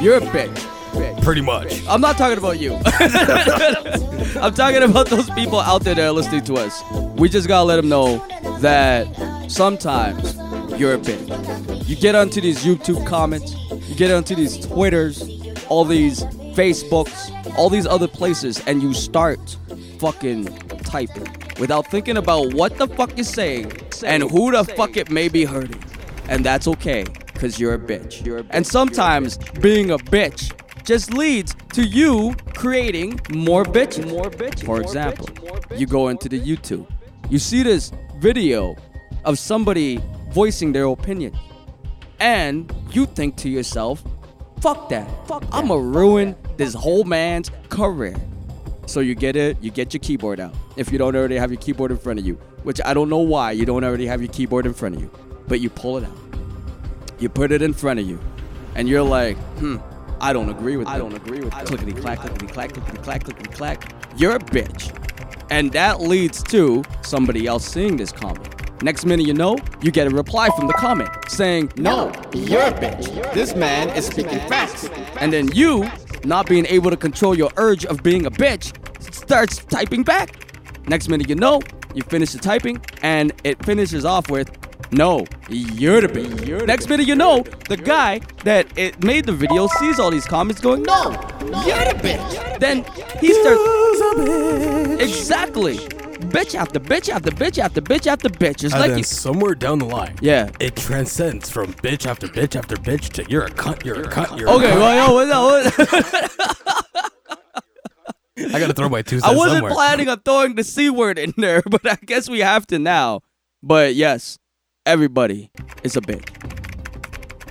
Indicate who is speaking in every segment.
Speaker 1: You're a bitch. Bitch.
Speaker 2: Pretty much.
Speaker 1: I'm not talking about you. I'm talking about those people out there that are listening to us. We just gotta let them know that sometimes you're a bitch. You get onto these YouTube comments, you get onto these Twitters, all these Facebooks, all these other places, and you start fucking typing without thinking about what the fuck you're saying and who the fuck it may be hurting. And that's okay, because you're a bitch. You're a bitch. And sometimes being a bitch just leads to you creating more bitches. More bitches. For example, you go into the YouTube, you see this video of somebody voicing their opinion, and you think to yourself, "Fuck that! Fuck! I'ma ruin this whole man's career." So you get it, you get your keyboard out. If you don't already have your keyboard in front of you, which I don't know why you don't already have your keyboard in front of you, but you pull it out. You put it in front of you, and you're like, "Hmm, I don't agree with. I don't agree with. Clickety clack, clickety clack, clickety clack, clickety clack. You're a bitch, and that leads to somebody else seeing this comment. Next minute, you know, you get a reply from the comment saying, "No,
Speaker 3: You're a bitch. This man is speaking facts.
Speaker 1: and then you, not being able to control your urge of being a bitch, starts typing back. Next minute you know, you finish the typing, and it finishes off with, "No, you're the bitch." Next minute you know, the guy that it made the video sees all these comments going, "No,
Speaker 3: You're a bitch.
Speaker 1: then he starts exactly, bitch after bitch after bitch after bitch after bitch. It's
Speaker 2: And
Speaker 1: like
Speaker 2: then
Speaker 1: you,
Speaker 2: somewhere down the line,
Speaker 1: yeah.
Speaker 2: it transcends from bitch after bitch after bitch to you're a cunt, you're, a cunt, you're a
Speaker 1: Okay,
Speaker 2: cunt.
Speaker 1: well, yo, what's up? What-
Speaker 2: I gotta throw my two cents
Speaker 1: I wasn't
Speaker 2: somewhere.
Speaker 1: planning on throwing the C word in there, but I guess we have to now. But yes, everybody is a bitch.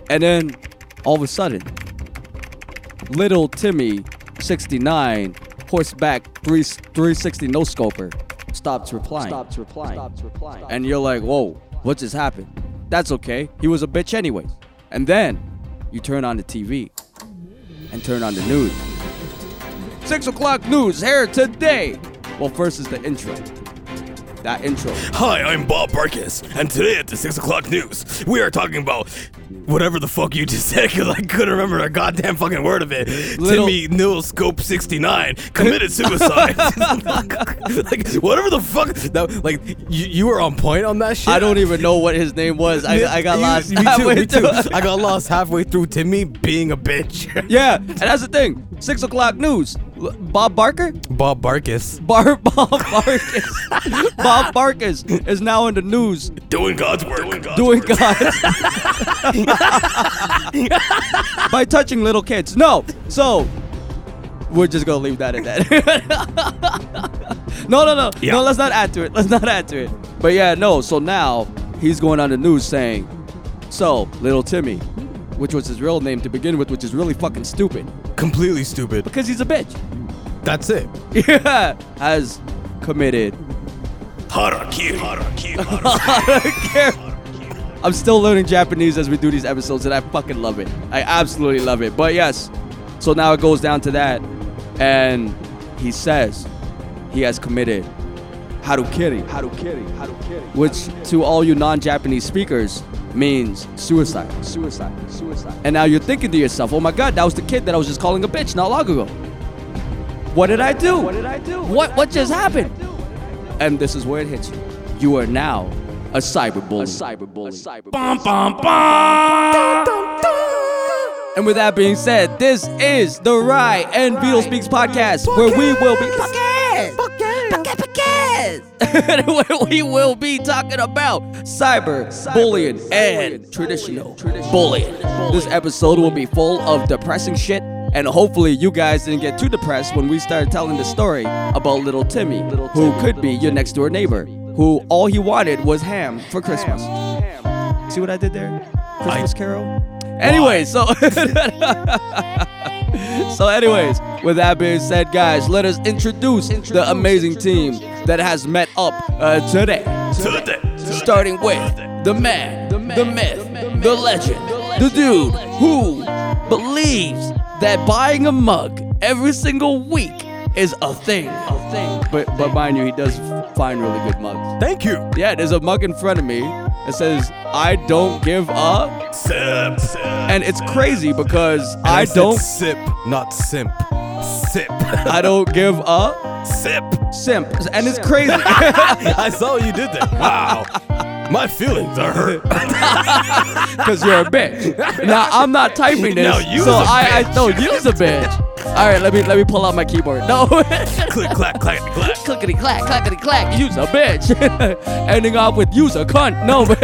Speaker 1: And then all of a sudden, little Timmy, 69, horseback, 3, 360 no scoper, stops replying. Stops replying. Stops replying. And you're like, whoa, what just happened? That's okay. He was a bitch anyway. And then you turn on the TV and turn on the news. Six o'clock news here today. Well, first is the intro. That intro.
Speaker 2: Hi, I'm Bob Barkis, and today at the 6 o'clock news, we are talking about whatever the fuck you just said, because I couldn't remember a goddamn fucking word of it.
Speaker 1: Little-
Speaker 2: Timmy Nil Scope 69 committed suicide. like, whatever the fuck. That, like, you, you were on point on that shit.
Speaker 1: I don't even know what his name was. I, I got
Speaker 2: You-
Speaker 1: lost.
Speaker 2: Me too,
Speaker 1: halfway
Speaker 2: me too.
Speaker 1: through.
Speaker 2: I got lost halfway through Timmy being a bitch.
Speaker 1: Yeah, and that's the thing. Six o'clock news. L- Bob Barker?
Speaker 2: Bob Barkis.
Speaker 1: Bar- Bob Barkis. Bob Barkis is now in the news
Speaker 2: Doing God's work. Doing God's
Speaker 1: doing God by touching little kids. No, so we're just gonna leave that at that. no, no, no,
Speaker 2: Yeah.
Speaker 1: no. Let's not add to it. Let's not add to it. But yeah, no. So now he's going on the news saying, "So little Timmy." Which was his real name to begin with, which is really fucking stupid
Speaker 2: Completely stupid.
Speaker 1: because he's a bitch.
Speaker 2: That's it.
Speaker 1: Yeah, has committed.
Speaker 2: Harakiri. Harakiri.
Speaker 1: I'm still learning Japanese as we do these episodes, and I fucking love it. I absolutely love it. But yes, so now it goes down to that, and he says he has committed harukiri, harukiri, harukiri, which to all you non-Japanese speakers means suicide, suicide, suicide. And now you're thinking to yourself, oh my god, that was the kid that I was just calling a bitch not long ago. What did I do? What did I do? What what just happened? And this is where it hits you. You are now a cyberbully. A cyberbully. A cyberbully.
Speaker 2: Bum, bum, bum.
Speaker 1: And with that being said, this is the Rye and Beetle Speaks podcast, where we will be podcast, podcast, where we will be talking about cyber, bullying and traditional, bullying. This episode will be full of depressing shit. And hopefully you guys didn't get too depressed when we started telling the story about little Timmy, who could be your next door neighbor, who all he wanted was ham for Christmas. See what I did there? Christmas Carol. Anyway, so so anyways, with that being said, guys, let us introduce, the amazing team that has met up uh, today.
Speaker 2: Today.
Speaker 1: Starting with the man, the, myth, the, legend, the dude who believes that buying a mug every single week is a thing. A thing. But but mind you, he does find really good mugs.
Speaker 2: Thank you.
Speaker 1: Yeah, there's a mug in front of me that says I don't give up,
Speaker 2: Sip, sip.
Speaker 1: and it's crazy because
Speaker 2: And
Speaker 1: I
Speaker 2: said
Speaker 1: don't
Speaker 2: sip, not simp. Sip,
Speaker 1: I don't give up
Speaker 2: sip.
Speaker 1: simp, and it's crazy.
Speaker 2: I saw what you did there. Wow. My feelings are hurt.
Speaker 1: because you're a bitch. Now I'm not typing this,
Speaker 2: No, you's
Speaker 1: so
Speaker 2: a
Speaker 1: I, I
Speaker 2: bitch.
Speaker 1: no, you's a bitch. All right, let me let me pull out my keyboard. No,
Speaker 2: click, clack, clack, clack.
Speaker 1: clickety clack, clickety clack. You's a bitch. Ending off with you's a cunt. No, but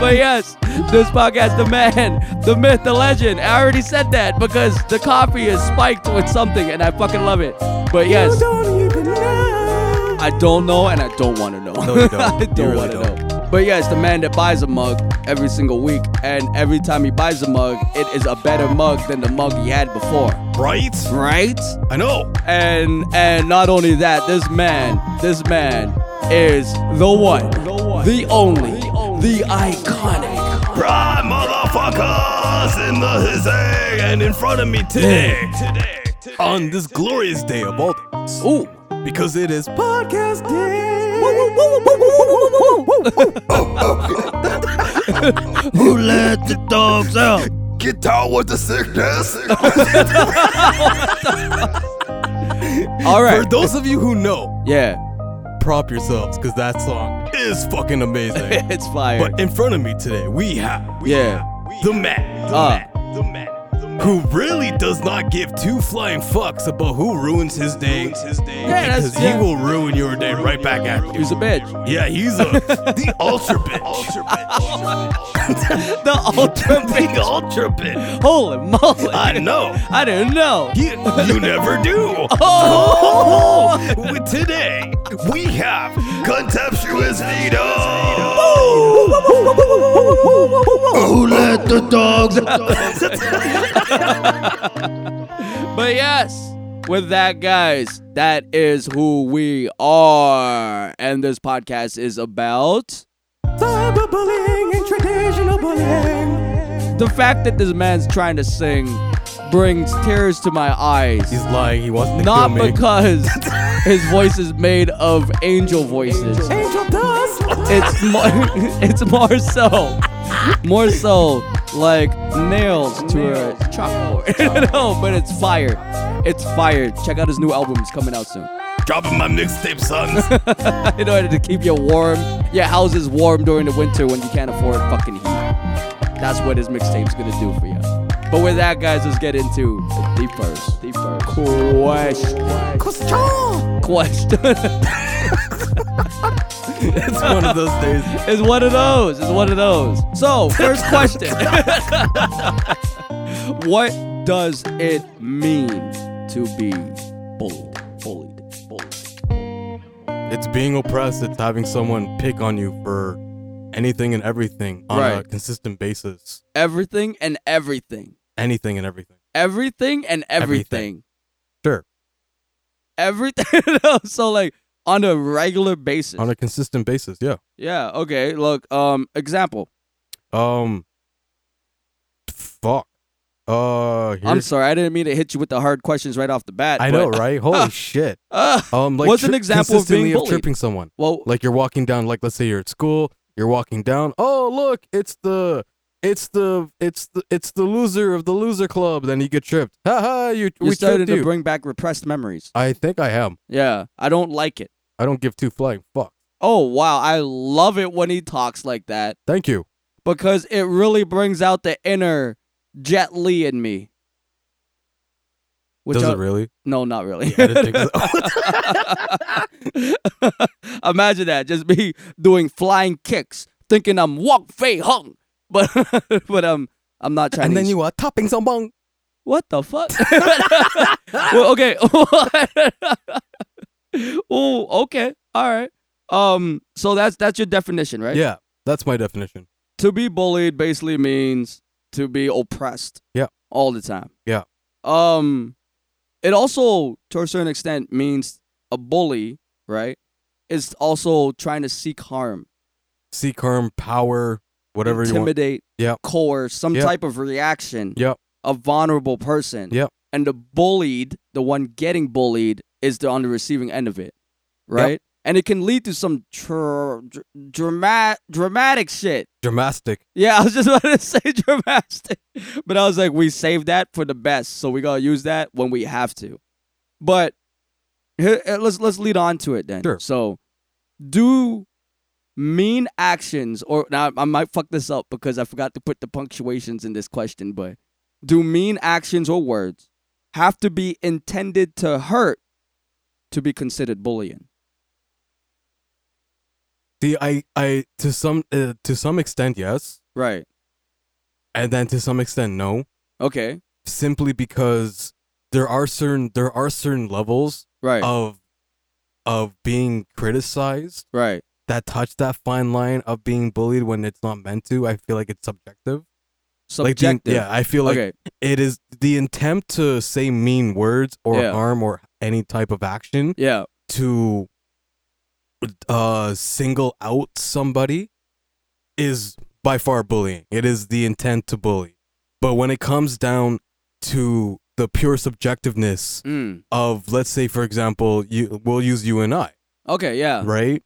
Speaker 1: but yes, this podcast, the man, the myth, the legend. I already said that because the coffee is spiked with something, and I fucking love it. But yes, I don't know, and I don't want to know.
Speaker 2: No, you don't.
Speaker 1: I
Speaker 2: You
Speaker 1: don't
Speaker 2: really
Speaker 1: want to
Speaker 2: don't.
Speaker 1: know. But yes, the man that buys a mug every single week, and every time he buys a mug, it is a better mug than the mug he had before,
Speaker 2: Right?
Speaker 1: right?
Speaker 2: I know.
Speaker 1: And and not only that, this man, this man is the one, the only, the iconic.
Speaker 2: Right, motherfuckers in the hissing and in front of me today. Today. On this glorious day of all days.
Speaker 1: Ooh.
Speaker 2: Because it is podcast day.
Speaker 1: Who let the dogs out?
Speaker 2: Get down with the sickness.
Speaker 1: All
Speaker 2: For
Speaker 1: right.
Speaker 2: those of you who know,
Speaker 1: Yeah,
Speaker 2: prop yourselves because that song is fucking amazing.
Speaker 1: it's fire.
Speaker 2: But in front of me today, we have we
Speaker 1: Yeah.
Speaker 2: have the man, the
Speaker 1: Uh.
Speaker 2: man, the man, the man, who really does not give two flying fucks about who ruins his day. his day
Speaker 1: Yeah, that's-
Speaker 2: because
Speaker 1: yeah.
Speaker 2: he will ruin your day right back at you.
Speaker 1: He's a bitch.
Speaker 2: Yeah, he's a the ultra bitch. ultra bitch.
Speaker 1: The ultra
Speaker 2: the ultra bitch.
Speaker 1: Holy moly!
Speaker 2: I know.
Speaker 1: I didn't know.
Speaker 2: You, you never do.
Speaker 1: Oh!
Speaker 2: With Today we have contemptuous Vito. Who let the dogs out?
Speaker 1: But yes, with that, guys, that is who we are, and this podcast is about
Speaker 4: Cyberbullying and traditional bullying.
Speaker 1: the fact that this man's trying to sing brings tears to my eyes.
Speaker 2: He's lying. He wants to
Speaker 1: Not because his voice is made of angel voices.
Speaker 4: Angel dust.
Speaker 1: It's more, it's more so, more so like nails to a chalkboard. no, but it's fire. It's fire. Check out his new album. It's coming out soon.
Speaker 2: dropping my mixtape, son.
Speaker 1: in order to keep you warm, your house is warm during the winter when you can't afford fucking heat. That's what his mixtape's gonna do for you. But with that, guys, let's get into the first, the first question. Question.
Speaker 2: it's one of those days.
Speaker 1: it's one of those. It's one of those. So, first question. what does it mean to be bullied? Bullied. Bullied.
Speaker 2: It's being oppressed. It's having someone pick on you for anything and everything on a
Speaker 1: Right.
Speaker 2: consistent basis.
Speaker 1: Everything and everything.
Speaker 2: Anything and everything.
Speaker 1: Everything and everything.
Speaker 2: Everything. Sure.
Speaker 1: everything else. So like on a regular basis.
Speaker 2: On a consistent basis. Yeah.
Speaker 1: yeah. Okay. Look. Um. Example.
Speaker 2: Um. Fuck. Uh.
Speaker 1: I'm
Speaker 2: here's-
Speaker 1: sorry. I didn't mean to hit you with the hard questions right off the bat.
Speaker 2: I
Speaker 1: but-
Speaker 2: know, right? Holy shit.
Speaker 1: Uh,
Speaker 2: Um, like
Speaker 1: What's an
Speaker 2: tri-
Speaker 1: example of being
Speaker 2: consistently
Speaker 1: bullied?
Speaker 2: tripping someone?
Speaker 1: well,
Speaker 2: Like you're walking down, like let's say you're at school, you're walking down. Oh, look, it's the, it's the, it's the, it's the loser of the loser club. Then you get tripped. Ha ha! You,
Speaker 1: you're
Speaker 2: we
Speaker 1: starting
Speaker 2: tripped
Speaker 1: to
Speaker 2: you.
Speaker 1: bring back repressed memories.
Speaker 2: I think I am.
Speaker 1: Yeah. I don't like it.
Speaker 2: I don't give two flying fuck.
Speaker 1: Oh wow. I love it when he talks like that
Speaker 2: Thank you.
Speaker 1: because it really brings out the inner Jet Li in me. Which
Speaker 2: Does
Speaker 1: I-
Speaker 2: it really?
Speaker 1: No, not really.
Speaker 2: I didn't think so.
Speaker 1: Imagine that, just me doing flying kicks, thinking I'm Wong Fei Hung, but but um, I'm not Chinese.
Speaker 2: and then you are topping someone.
Speaker 1: what the fuck? well, okay. oh, okay. All right. Um, so that's that's your definition, right?
Speaker 2: Yeah, that's my definition.
Speaker 1: To be bullied basically means to be oppressed.
Speaker 2: Yeah.
Speaker 1: All the time.
Speaker 2: Yeah.
Speaker 1: Um, it also, to a certain extent, means a bully, right? Is also trying to seek harm,
Speaker 2: Seek harm, power, whatever you want.
Speaker 1: intimidate,
Speaker 2: Yeah.
Speaker 1: coerce, some
Speaker 2: Yeah.
Speaker 1: type of reaction
Speaker 2: Yeah.
Speaker 1: a vulnerable person.
Speaker 2: Yep.
Speaker 1: and the bullied, the one getting bullied, is the on the receiving end of it, right? And it can lead to some tr- dr- dramatic dramatic shit.
Speaker 2: Dramatic.
Speaker 1: Yeah, I was just about to say dramatic, but I was like, we saved that for the best, so we gotta use that when we have to. But here- eh, let's let's lead on to it then.
Speaker 2: Sure.
Speaker 1: So, do mean actions or now I might fuck this up because I forgot to put the punctuations in this question, but do mean actions or words have to be intended to hurt to be considered bullying?
Speaker 2: See, I, I, to some, uh, to some extent, yes,
Speaker 1: Right.
Speaker 2: and then to some extent, no.
Speaker 1: Okay.
Speaker 2: Simply because there are certain, there are certain levels
Speaker 1: Right.
Speaker 2: of, of being criticized
Speaker 1: right.
Speaker 2: that touch that fine line of being bullied when it's not meant to. I feel like it's subjective.
Speaker 1: Subjective.
Speaker 2: Like, the, yeah, I feel like
Speaker 1: okay.
Speaker 2: it is the intent to say mean words or
Speaker 1: Yeah.
Speaker 2: harm or any type of action
Speaker 1: Yeah.
Speaker 2: to uh single out somebody is by far bullying it is the intent to bully but when it comes down to the pure subjectiveness
Speaker 1: Mm.
Speaker 2: of let's say for example you we'll use you and i
Speaker 1: Okay, yeah.
Speaker 2: right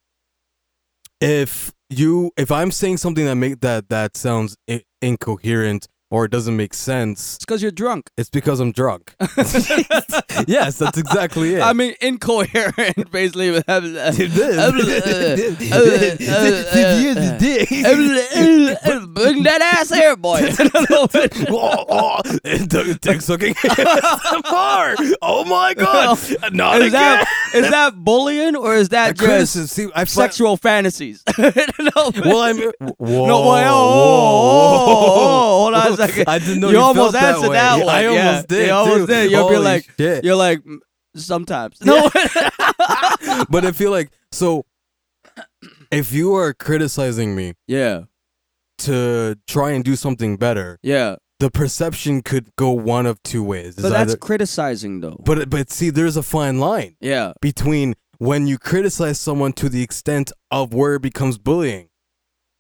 Speaker 2: if you if i'm saying something that make that that sounds I- incoherent or it doesn't make sense
Speaker 1: It's because you're drunk.
Speaker 2: it's because I'm drunk. yes, that's exactly it.
Speaker 1: I mean, incoherent, basically.
Speaker 2: Did this.
Speaker 1: Bring that ass here, boy.
Speaker 2: Oh, oh, and dick- dick sucking ASMR. Oh my god! Not
Speaker 1: Is
Speaker 2: again.
Speaker 1: that is that bullying or is that just
Speaker 2: criticism. See, I fi-
Speaker 1: sexual fantasies? no,
Speaker 2: Well, I mean, whoa,
Speaker 1: no, well, oh, oh, oh, oh, hold on a second.
Speaker 2: I didn't know
Speaker 1: you
Speaker 2: you
Speaker 1: almost
Speaker 2: felt that
Speaker 1: answered
Speaker 2: way.
Speaker 1: that, one.
Speaker 2: I
Speaker 1: yeah.
Speaker 2: almost did.
Speaker 1: You almost
Speaker 2: too.
Speaker 1: did. You'll be
Speaker 2: Holy
Speaker 1: like,
Speaker 2: shit.
Speaker 1: you're like, "Mm, sometimes. No,
Speaker 2: but I feel like so. If you are criticizing me
Speaker 1: yeah,
Speaker 2: to try and do something better,
Speaker 1: yeah.
Speaker 2: the perception could go one of two ways. It's
Speaker 1: But that's
Speaker 2: either-
Speaker 1: criticizing, though.
Speaker 2: but but see, there's a fine line
Speaker 1: yeah,
Speaker 2: between when you criticize someone to the extent of where it becomes bullying.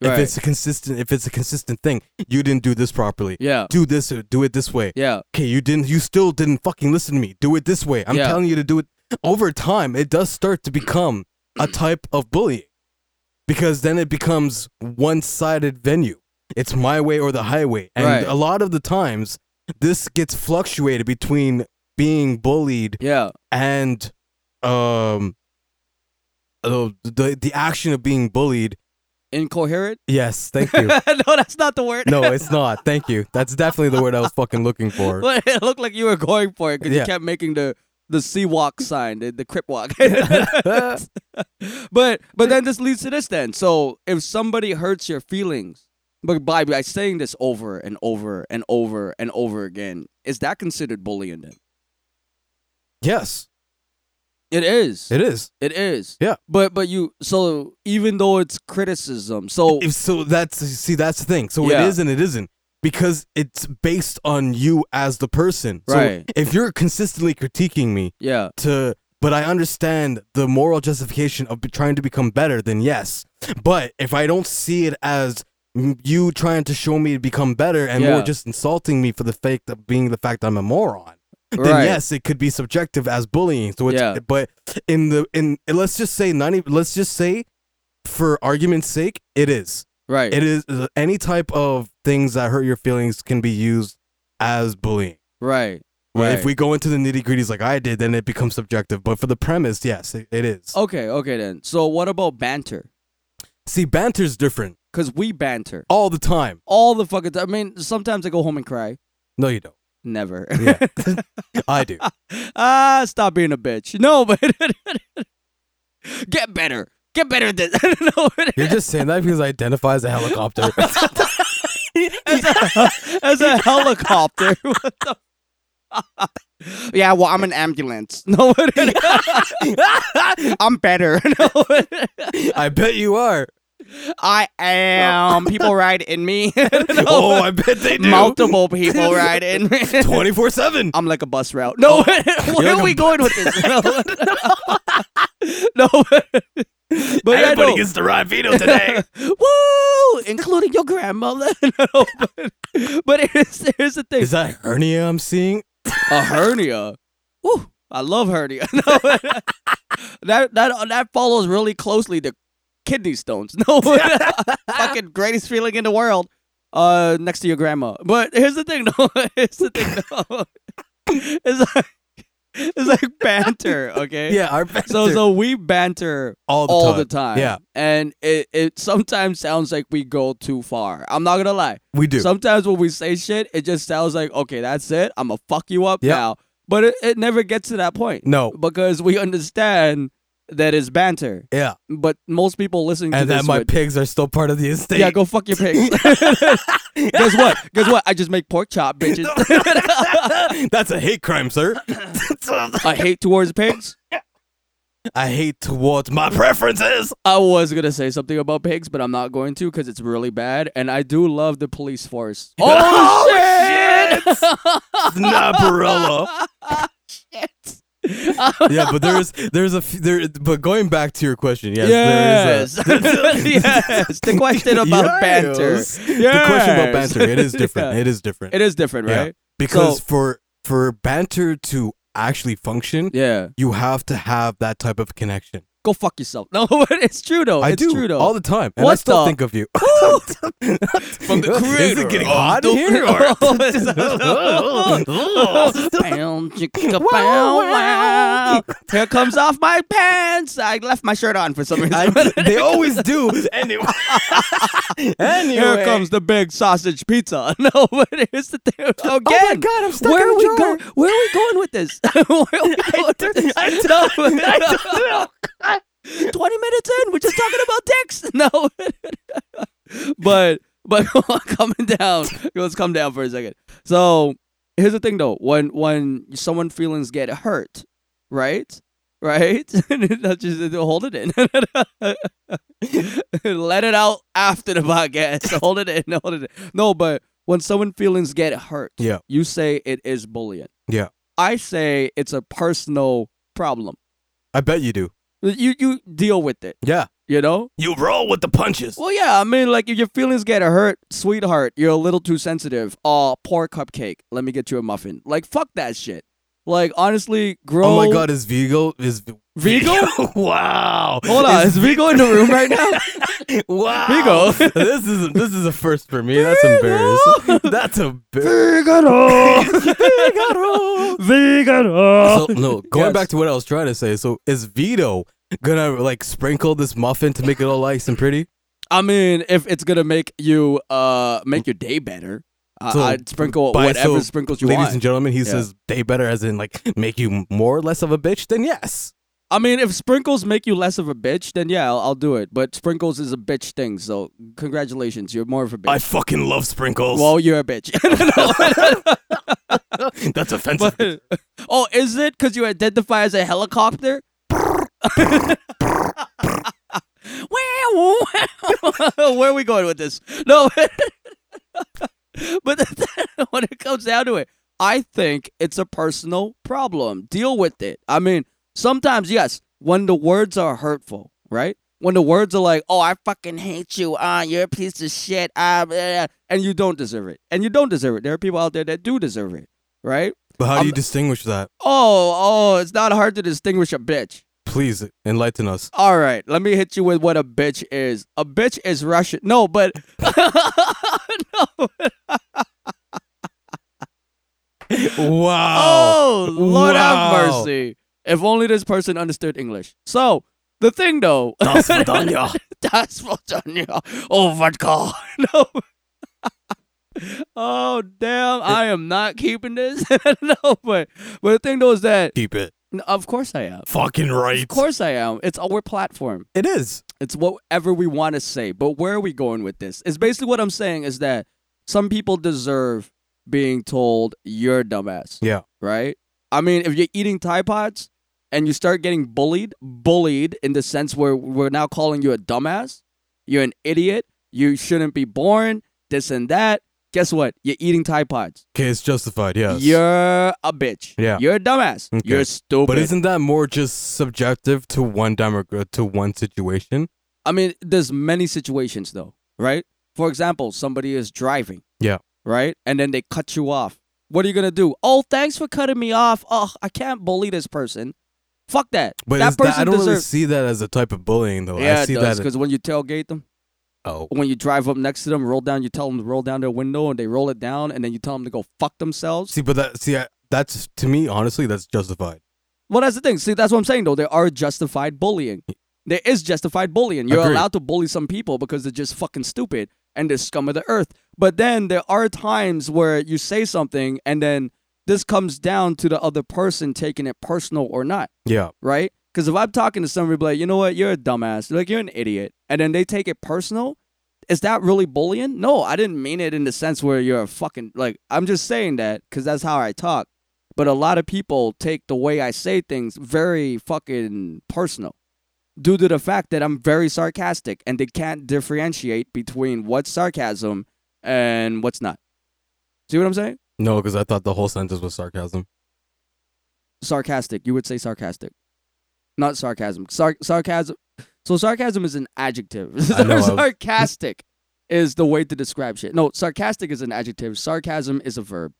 Speaker 1: right.
Speaker 2: If it's a consistent, if it's a consistent thing, you didn't do this properly.
Speaker 1: yeah,
Speaker 2: Do this, or do it this way.
Speaker 1: yeah,
Speaker 2: Okay, you didn't. You still didn't fucking listen to me. Do it this way. I'm
Speaker 1: Yeah.
Speaker 2: telling you to do it. Over time, it does start to become a type of bullying, because then it becomes one-sided venue. It's my way or the highway, and
Speaker 1: Right.
Speaker 2: a lot of the times, this gets fluctuated between being bullied
Speaker 1: yeah,
Speaker 2: and um uh, the the action of being bullied.
Speaker 1: incoherent.
Speaker 2: Yes, thank you.
Speaker 1: no, that's not the word.
Speaker 2: no, it's not. Thank you. That's definitely the word I was fucking looking for.
Speaker 1: But it looked like you were going for it because you
Speaker 2: Yeah.
Speaker 1: kept making the the sea walk sign, the, the crip walk. but but then this leads to this then. So if somebody hurts your feelings, but by by saying this over and over and over and over again, is that considered bullying then?
Speaker 2: Yes,
Speaker 1: It is.
Speaker 2: it is.
Speaker 1: It is.
Speaker 2: Yeah.
Speaker 1: But but you so even though it's criticism, so
Speaker 2: If so that's see that's the thing. So
Speaker 1: Yeah.
Speaker 2: it is and it isn't because it's based on you as the person. So
Speaker 1: Right.
Speaker 2: if you're consistently critiquing me
Speaker 1: yeah,
Speaker 2: to but I understand the moral justification of be- trying to become better then yes. But if I don't see it as m- you trying to show me to become better and
Speaker 1: Yeah.
Speaker 2: more just insulting me for the fact of being the fact I'm a moron. Then
Speaker 1: right.
Speaker 2: yes, it could be subjective as bullying. So it's
Speaker 1: Yeah.
Speaker 2: but in the in let's just say ninety let's just say for argument's sake, it is.
Speaker 1: Right.
Speaker 2: It is any type of things that hurt your feelings can be used as bullying.
Speaker 1: right.
Speaker 2: Right.
Speaker 1: Right.
Speaker 2: If we go into the nitty gritties like I did, then it becomes subjective. But for the premise, yes, it, it is.
Speaker 1: Okay, okay then. So what about banter?
Speaker 2: See, banter's different
Speaker 1: Cause we banter
Speaker 2: all the time.
Speaker 1: all the fucking. Time. I mean, sometimes I go home and cry.
Speaker 2: No, you don't.
Speaker 1: Never.
Speaker 2: Yeah. I do.
Speaker 1: ah, stop being a bitch. No, but get better. Get better at this. no,
Speaker 2: You're just saying that because I identify as a helicopter.
Speaker 1: as, a, as a helicopter. what the? yeah, well, I'm an ambulance. No, I'm better. No,
Speaker 2: I bet you are.
Speaker 1: I am. People ride in me.
Speaker 2: Oh, I bet they do.
Speaker 1: Multiple people ride in me.
Speaker 2: 24 7.
Speaker 1: I'm like a bus route. Oh. No, where
Speaker 2: like
Speaker 1: are
Speaker 2: a
Speaker 1: we going with this? No, no. but yeah, no.
Speaker 2: the ride veto today.
Speaker 1: Woo! Including your grandmother. no, but, but here's, here's the thing.
Speaker 2: Is that hernia I'm seeing?
Speaker 1: a hernia. Woo, I love hernia. No, that that that follows really closely to kidney stones. No, fucking greatest feeling in the world. Uh, next to your grandma. But here's the thing, though. Here's the thing, though. It's like it's like banter. Okay.
Speaker 2: Yeah, our banter
Speaker 1: So so we banter
Speaker 2: all the
Speaker 1: all
Speaker 2: time.
Speaker 1: the time.
Speaker 2: Yeah,
Speaker 1: And it, it sometimes sounds like we go too far. I'm not gonna lie.
Speaker 2: we do.
Speaker 1: Sometimes when we say shit, it just sounds like, okay, that's it. I'm gonna fuck you up
Speaker 2: Yep.
Speaker 1: now. But it, it never gets to that point.
Speaker 2: No.
Speaker 1: Because we understand that it's banter.
Speaker 2: yeah,
Speaker 1: But most people listening to
Speaker 2: and
Speaker 1: this
Speaker 2: that my
Speaker 1: would-
Speaker 2: pigs are still part of the estate.
Speaker 1: yeah, go fuck your pigs. Guess what? Guess what? I just make pork chop, bitches.
Speaker 2: That's a hate crime, sir.
Speaker 1: I hate towards pigs.
Speaker 2: I hate towards my preferences.
Speaker 1: I was gonna say something about pigs, but I'm not going to because it's really bad. And I do love the police force. Oh, shit!
Speaker 2: Snapperella. yeah, but there's there's a f- there. But going back to your question, yes, there is
Speaker 1: Yes.
Speaker 2: a,
Speaker 1: yes. The question about banter.
Speaker 2: Yes. the question about banter. It is different.
Speaker 1: Yeah.
Speaker 2: It is different.
Speaker 1: It is different,
Speaker 2: Yeah.
Speaker 1: right?
Speaker 2: because
Speaker 1: So-
Speaker 2: for for banter to actually function,
Speaker 1: Yeah.
Speaker 2: you have to have that type of connection.
Speaker 1: Go fuck yourself. No, but it's true though.
Speaker 2: I
Speaker 1: it's
Speaker 2: do
Speaker 1: true though.
Speaker 2: all the time, and I
Speaker 1: What
Speaker 2: still
Speaker 1: the-
Speaker 2: think of you. From Oh,
Speaker 1: the
Speaker 2: is
Speaker 1: creator
Speaker 2: it getting
Speaker 1: of
Speaker 2: hot
Speaker 1: the-
Speaker 2: in here?
Speaker 1: Bound, chicka, bound, wow. Here comes off my pants. I left my shirt on for some reason.
Speaker 2: I- they always do. Anyway, anyway.
Speaker 1: Here comes the big sausage pizza. No, but here's the thing. Again, oh
Speaker 4: my God, I'm stuck
Speaker 1: where
Speaker 4: in
Speaker 1: are
Speaker 4: a
Speaker 1: we
Speaker 4: drawer.
Speaker 1: going? Where are we going with this? where are we going with this? No,
Speaker 4: oh,
Speaker 1: Twenty minutes in, we're just talking about dicks. No, but but coming down. Let's come down for a second. So here's the thing, though. When when someone feelings get hurt, right? Right? That's just hold it in. Let it out after the podcast. Hold it in. Hold it in. No, but when someone feelings get hurt,
Speaker 2: Yeah.
Speaker 1: you say it is bullying.
Speaker 2: Yeah.
Speaker 1: I say it's a personal problem.
Speaker 2: I bet you do.
Speaker 1: You you deal with it.
Speaker 2: Yeah,
Speaker 1: You know.
Speaker 2: you roll with the punches.
Speaker 1: Well, yeah. I mean, like if your feelings get hurt, sweetheart, you're a little too sensitive. Oh, poor cupcake. Let me get you a muffin. Like fuck that shit. Like honestly, grow.
Speaker 2: Oh my God, is Vigo is
Speaker 1: Vigo?
Speaker 2: wow.
Speaker 1: Hold on, is Vigo in the room right now?
Speaker 2: Wow.
Speaker 1: Vigo.
Speaker 2: this is this is a first for me. That's embarrassing. That's embarrassing.
Speaker 1: Vigaro, Vigaro, Vigaro.
Speaker 2: So, no, going
Speaker 1: Yes.
Speaker 2: back to what I was trying to say. So is Vito gonna like sprinkle this muffin to make it all nice and pretty?
Speaker 1: I mean, if it's gonna make you uh make your day better, I
Speaker 2: So,
Speaker 1: I'd sprinkle
Speaker 2: by-
Speaker 1: whatever
Speaker 2: so,
Speaker 1: sprinkles you
Speaker 2: Ladies
Speaker 1: want.
Speaker 2: and gentlemen, he
Speaker 1: Yeah.
Speaker 2: says they better as in like make you more or less of a bitch. Then yes,
Speaker 1: I mean, if sprinkles make you less of a bitch, then yeah, I'll, I'll do it. But sprinkles is a bitch thing, so congratulations, you're more of a bitch.
Speaker 2: fucking love sprinkles.
Speaker 1: well, you're a bitch.
Speaker 2: that's offensive.
Speaker 1: But- oh, is it because you identify as a helicopter? Wow, wow. Where are we going with this? No, but when it comes down to it, I think it's a personal problem. Deal with it. I mean, sometimes, yes, when the words are hurtful, right? When the words are like, "Oh, I fucking hate you," ah, you're a piece of shit, ah, blah, blah," and you don't deserve it, and you don't deserve it. There are people out there that do deserve it, right?
Speaker 2: But how do you
Speaker 1: I'm-
Speaker 2: distinguish that?
Speaker 1: Oh, oh, it's not hard to distinguish a bitch.
Speaker 2: Please enlighten us.
Speaker 1: All right, let me hit you with what a bitch is. A bitch is Russian. No, but no.
Speaker 2: Wow.
Speaker 1: Oh, Lord
Speaker 2: Wow.
Speaker 1: have mercy. If only this person understood English. So the thing though, that's what done you. Oh, vodka. No. oh damn, I am not keeping this. no, but but the thing though is that
Speaker 2: Keep it
Speaker 1: of course I am.
Speaker 2: fucking right.
Speaker 1: Of course I am. It's our platform.
Speaker 2: It is.
Speaker 1: It's whatever we want to say. But where are we going with this? It's basically what I'm saying is that some people deserve being told you're a dumbass,
Speaker 2: Yeah.
Speaker 1: right? I mean, if you're eating Tide Pods and you start getting bullied, bullied in the sense where we're now calling you a dumbass, you're an idiot, you shouldn't be born, this and that. Guess what? You're eating Tide Pods.
Speaker 2: Okay, it's justified. Yes.
Speaker 1: You're a bitch.
Speaker 2: Yeah.
Speaker 1: You're a dumbass.
Speaker 2: Okay.
Speaker 1: You're stupid.
Speaker 2: But isn't that more just subjective to one demog- to one situation?
Speaker 1: I mean, there's many situations though, right? For example, somebody is driving.
Speaker 2: Yeah.
Speaker 1: Right? And then they cut you off. What are you gonna do? Oh, thanks for cutting me off. Oh, I can't bully this person. Fuck that.
Speaker 2: But
Speaker 1: that
Speaker 2: is that-
Speaker 1: person
Speaker 2: I don't really
Speaker 1: deserves.
Speaker 2: see that as a type of bullying, though.
Speaker 1: yeah,
Speaker 2: I see
Speaker 1: it does.
Speaker 2: that.
Speaker 1: Because when you tailgate them,
Speaker 2: oh,
Speaker 1: when you drive up next to them, roll down. You tell them to roll down their window, and they roll it down, and then you tell them to go fuck themselves.
Speaker 2: see, but that see, I, that's to me, honestly, that's justified.
Speaker 1: Well, that's the thing. See, that's what I'm saying though. There are justified bullying. There is justified bullying. You're
Speaker 2: Agreed.
Speaker 1: allowed to bully some people because they're just fucking stupid and they're scum of the earth. But then there are times where you say something and then this comes down to the other person taking it personal or not,
Speaker 2: Yeah,
Speaker 1: right? Because if I'm talking to somebody, be like, you know what, you're a dumbass, like you're an idiot, and then they take it personal, is that really bullying? No, I didn't mean it in the sense where you're a fucking like. I'm just saying that because that's how I talk. But a lot of people take the way I say things very fucking personal, due to the fact that I'm very sarcastic and they can't differentiate between what's sarcasm and what's not. See what I'm saying?
Speaker 2: no, because I thought the whole sentence was sarcasm.
Speaker 1: sarcastic. You would say sarcastic, not sarcasm. Sar- sarcasm. So sarcasm is an adjective.
Speaker 2: I know, I was-
Speaker 1: sarcastic is the way to describe shit. No, sarcastic is an adjective. Sarcasm is a verb.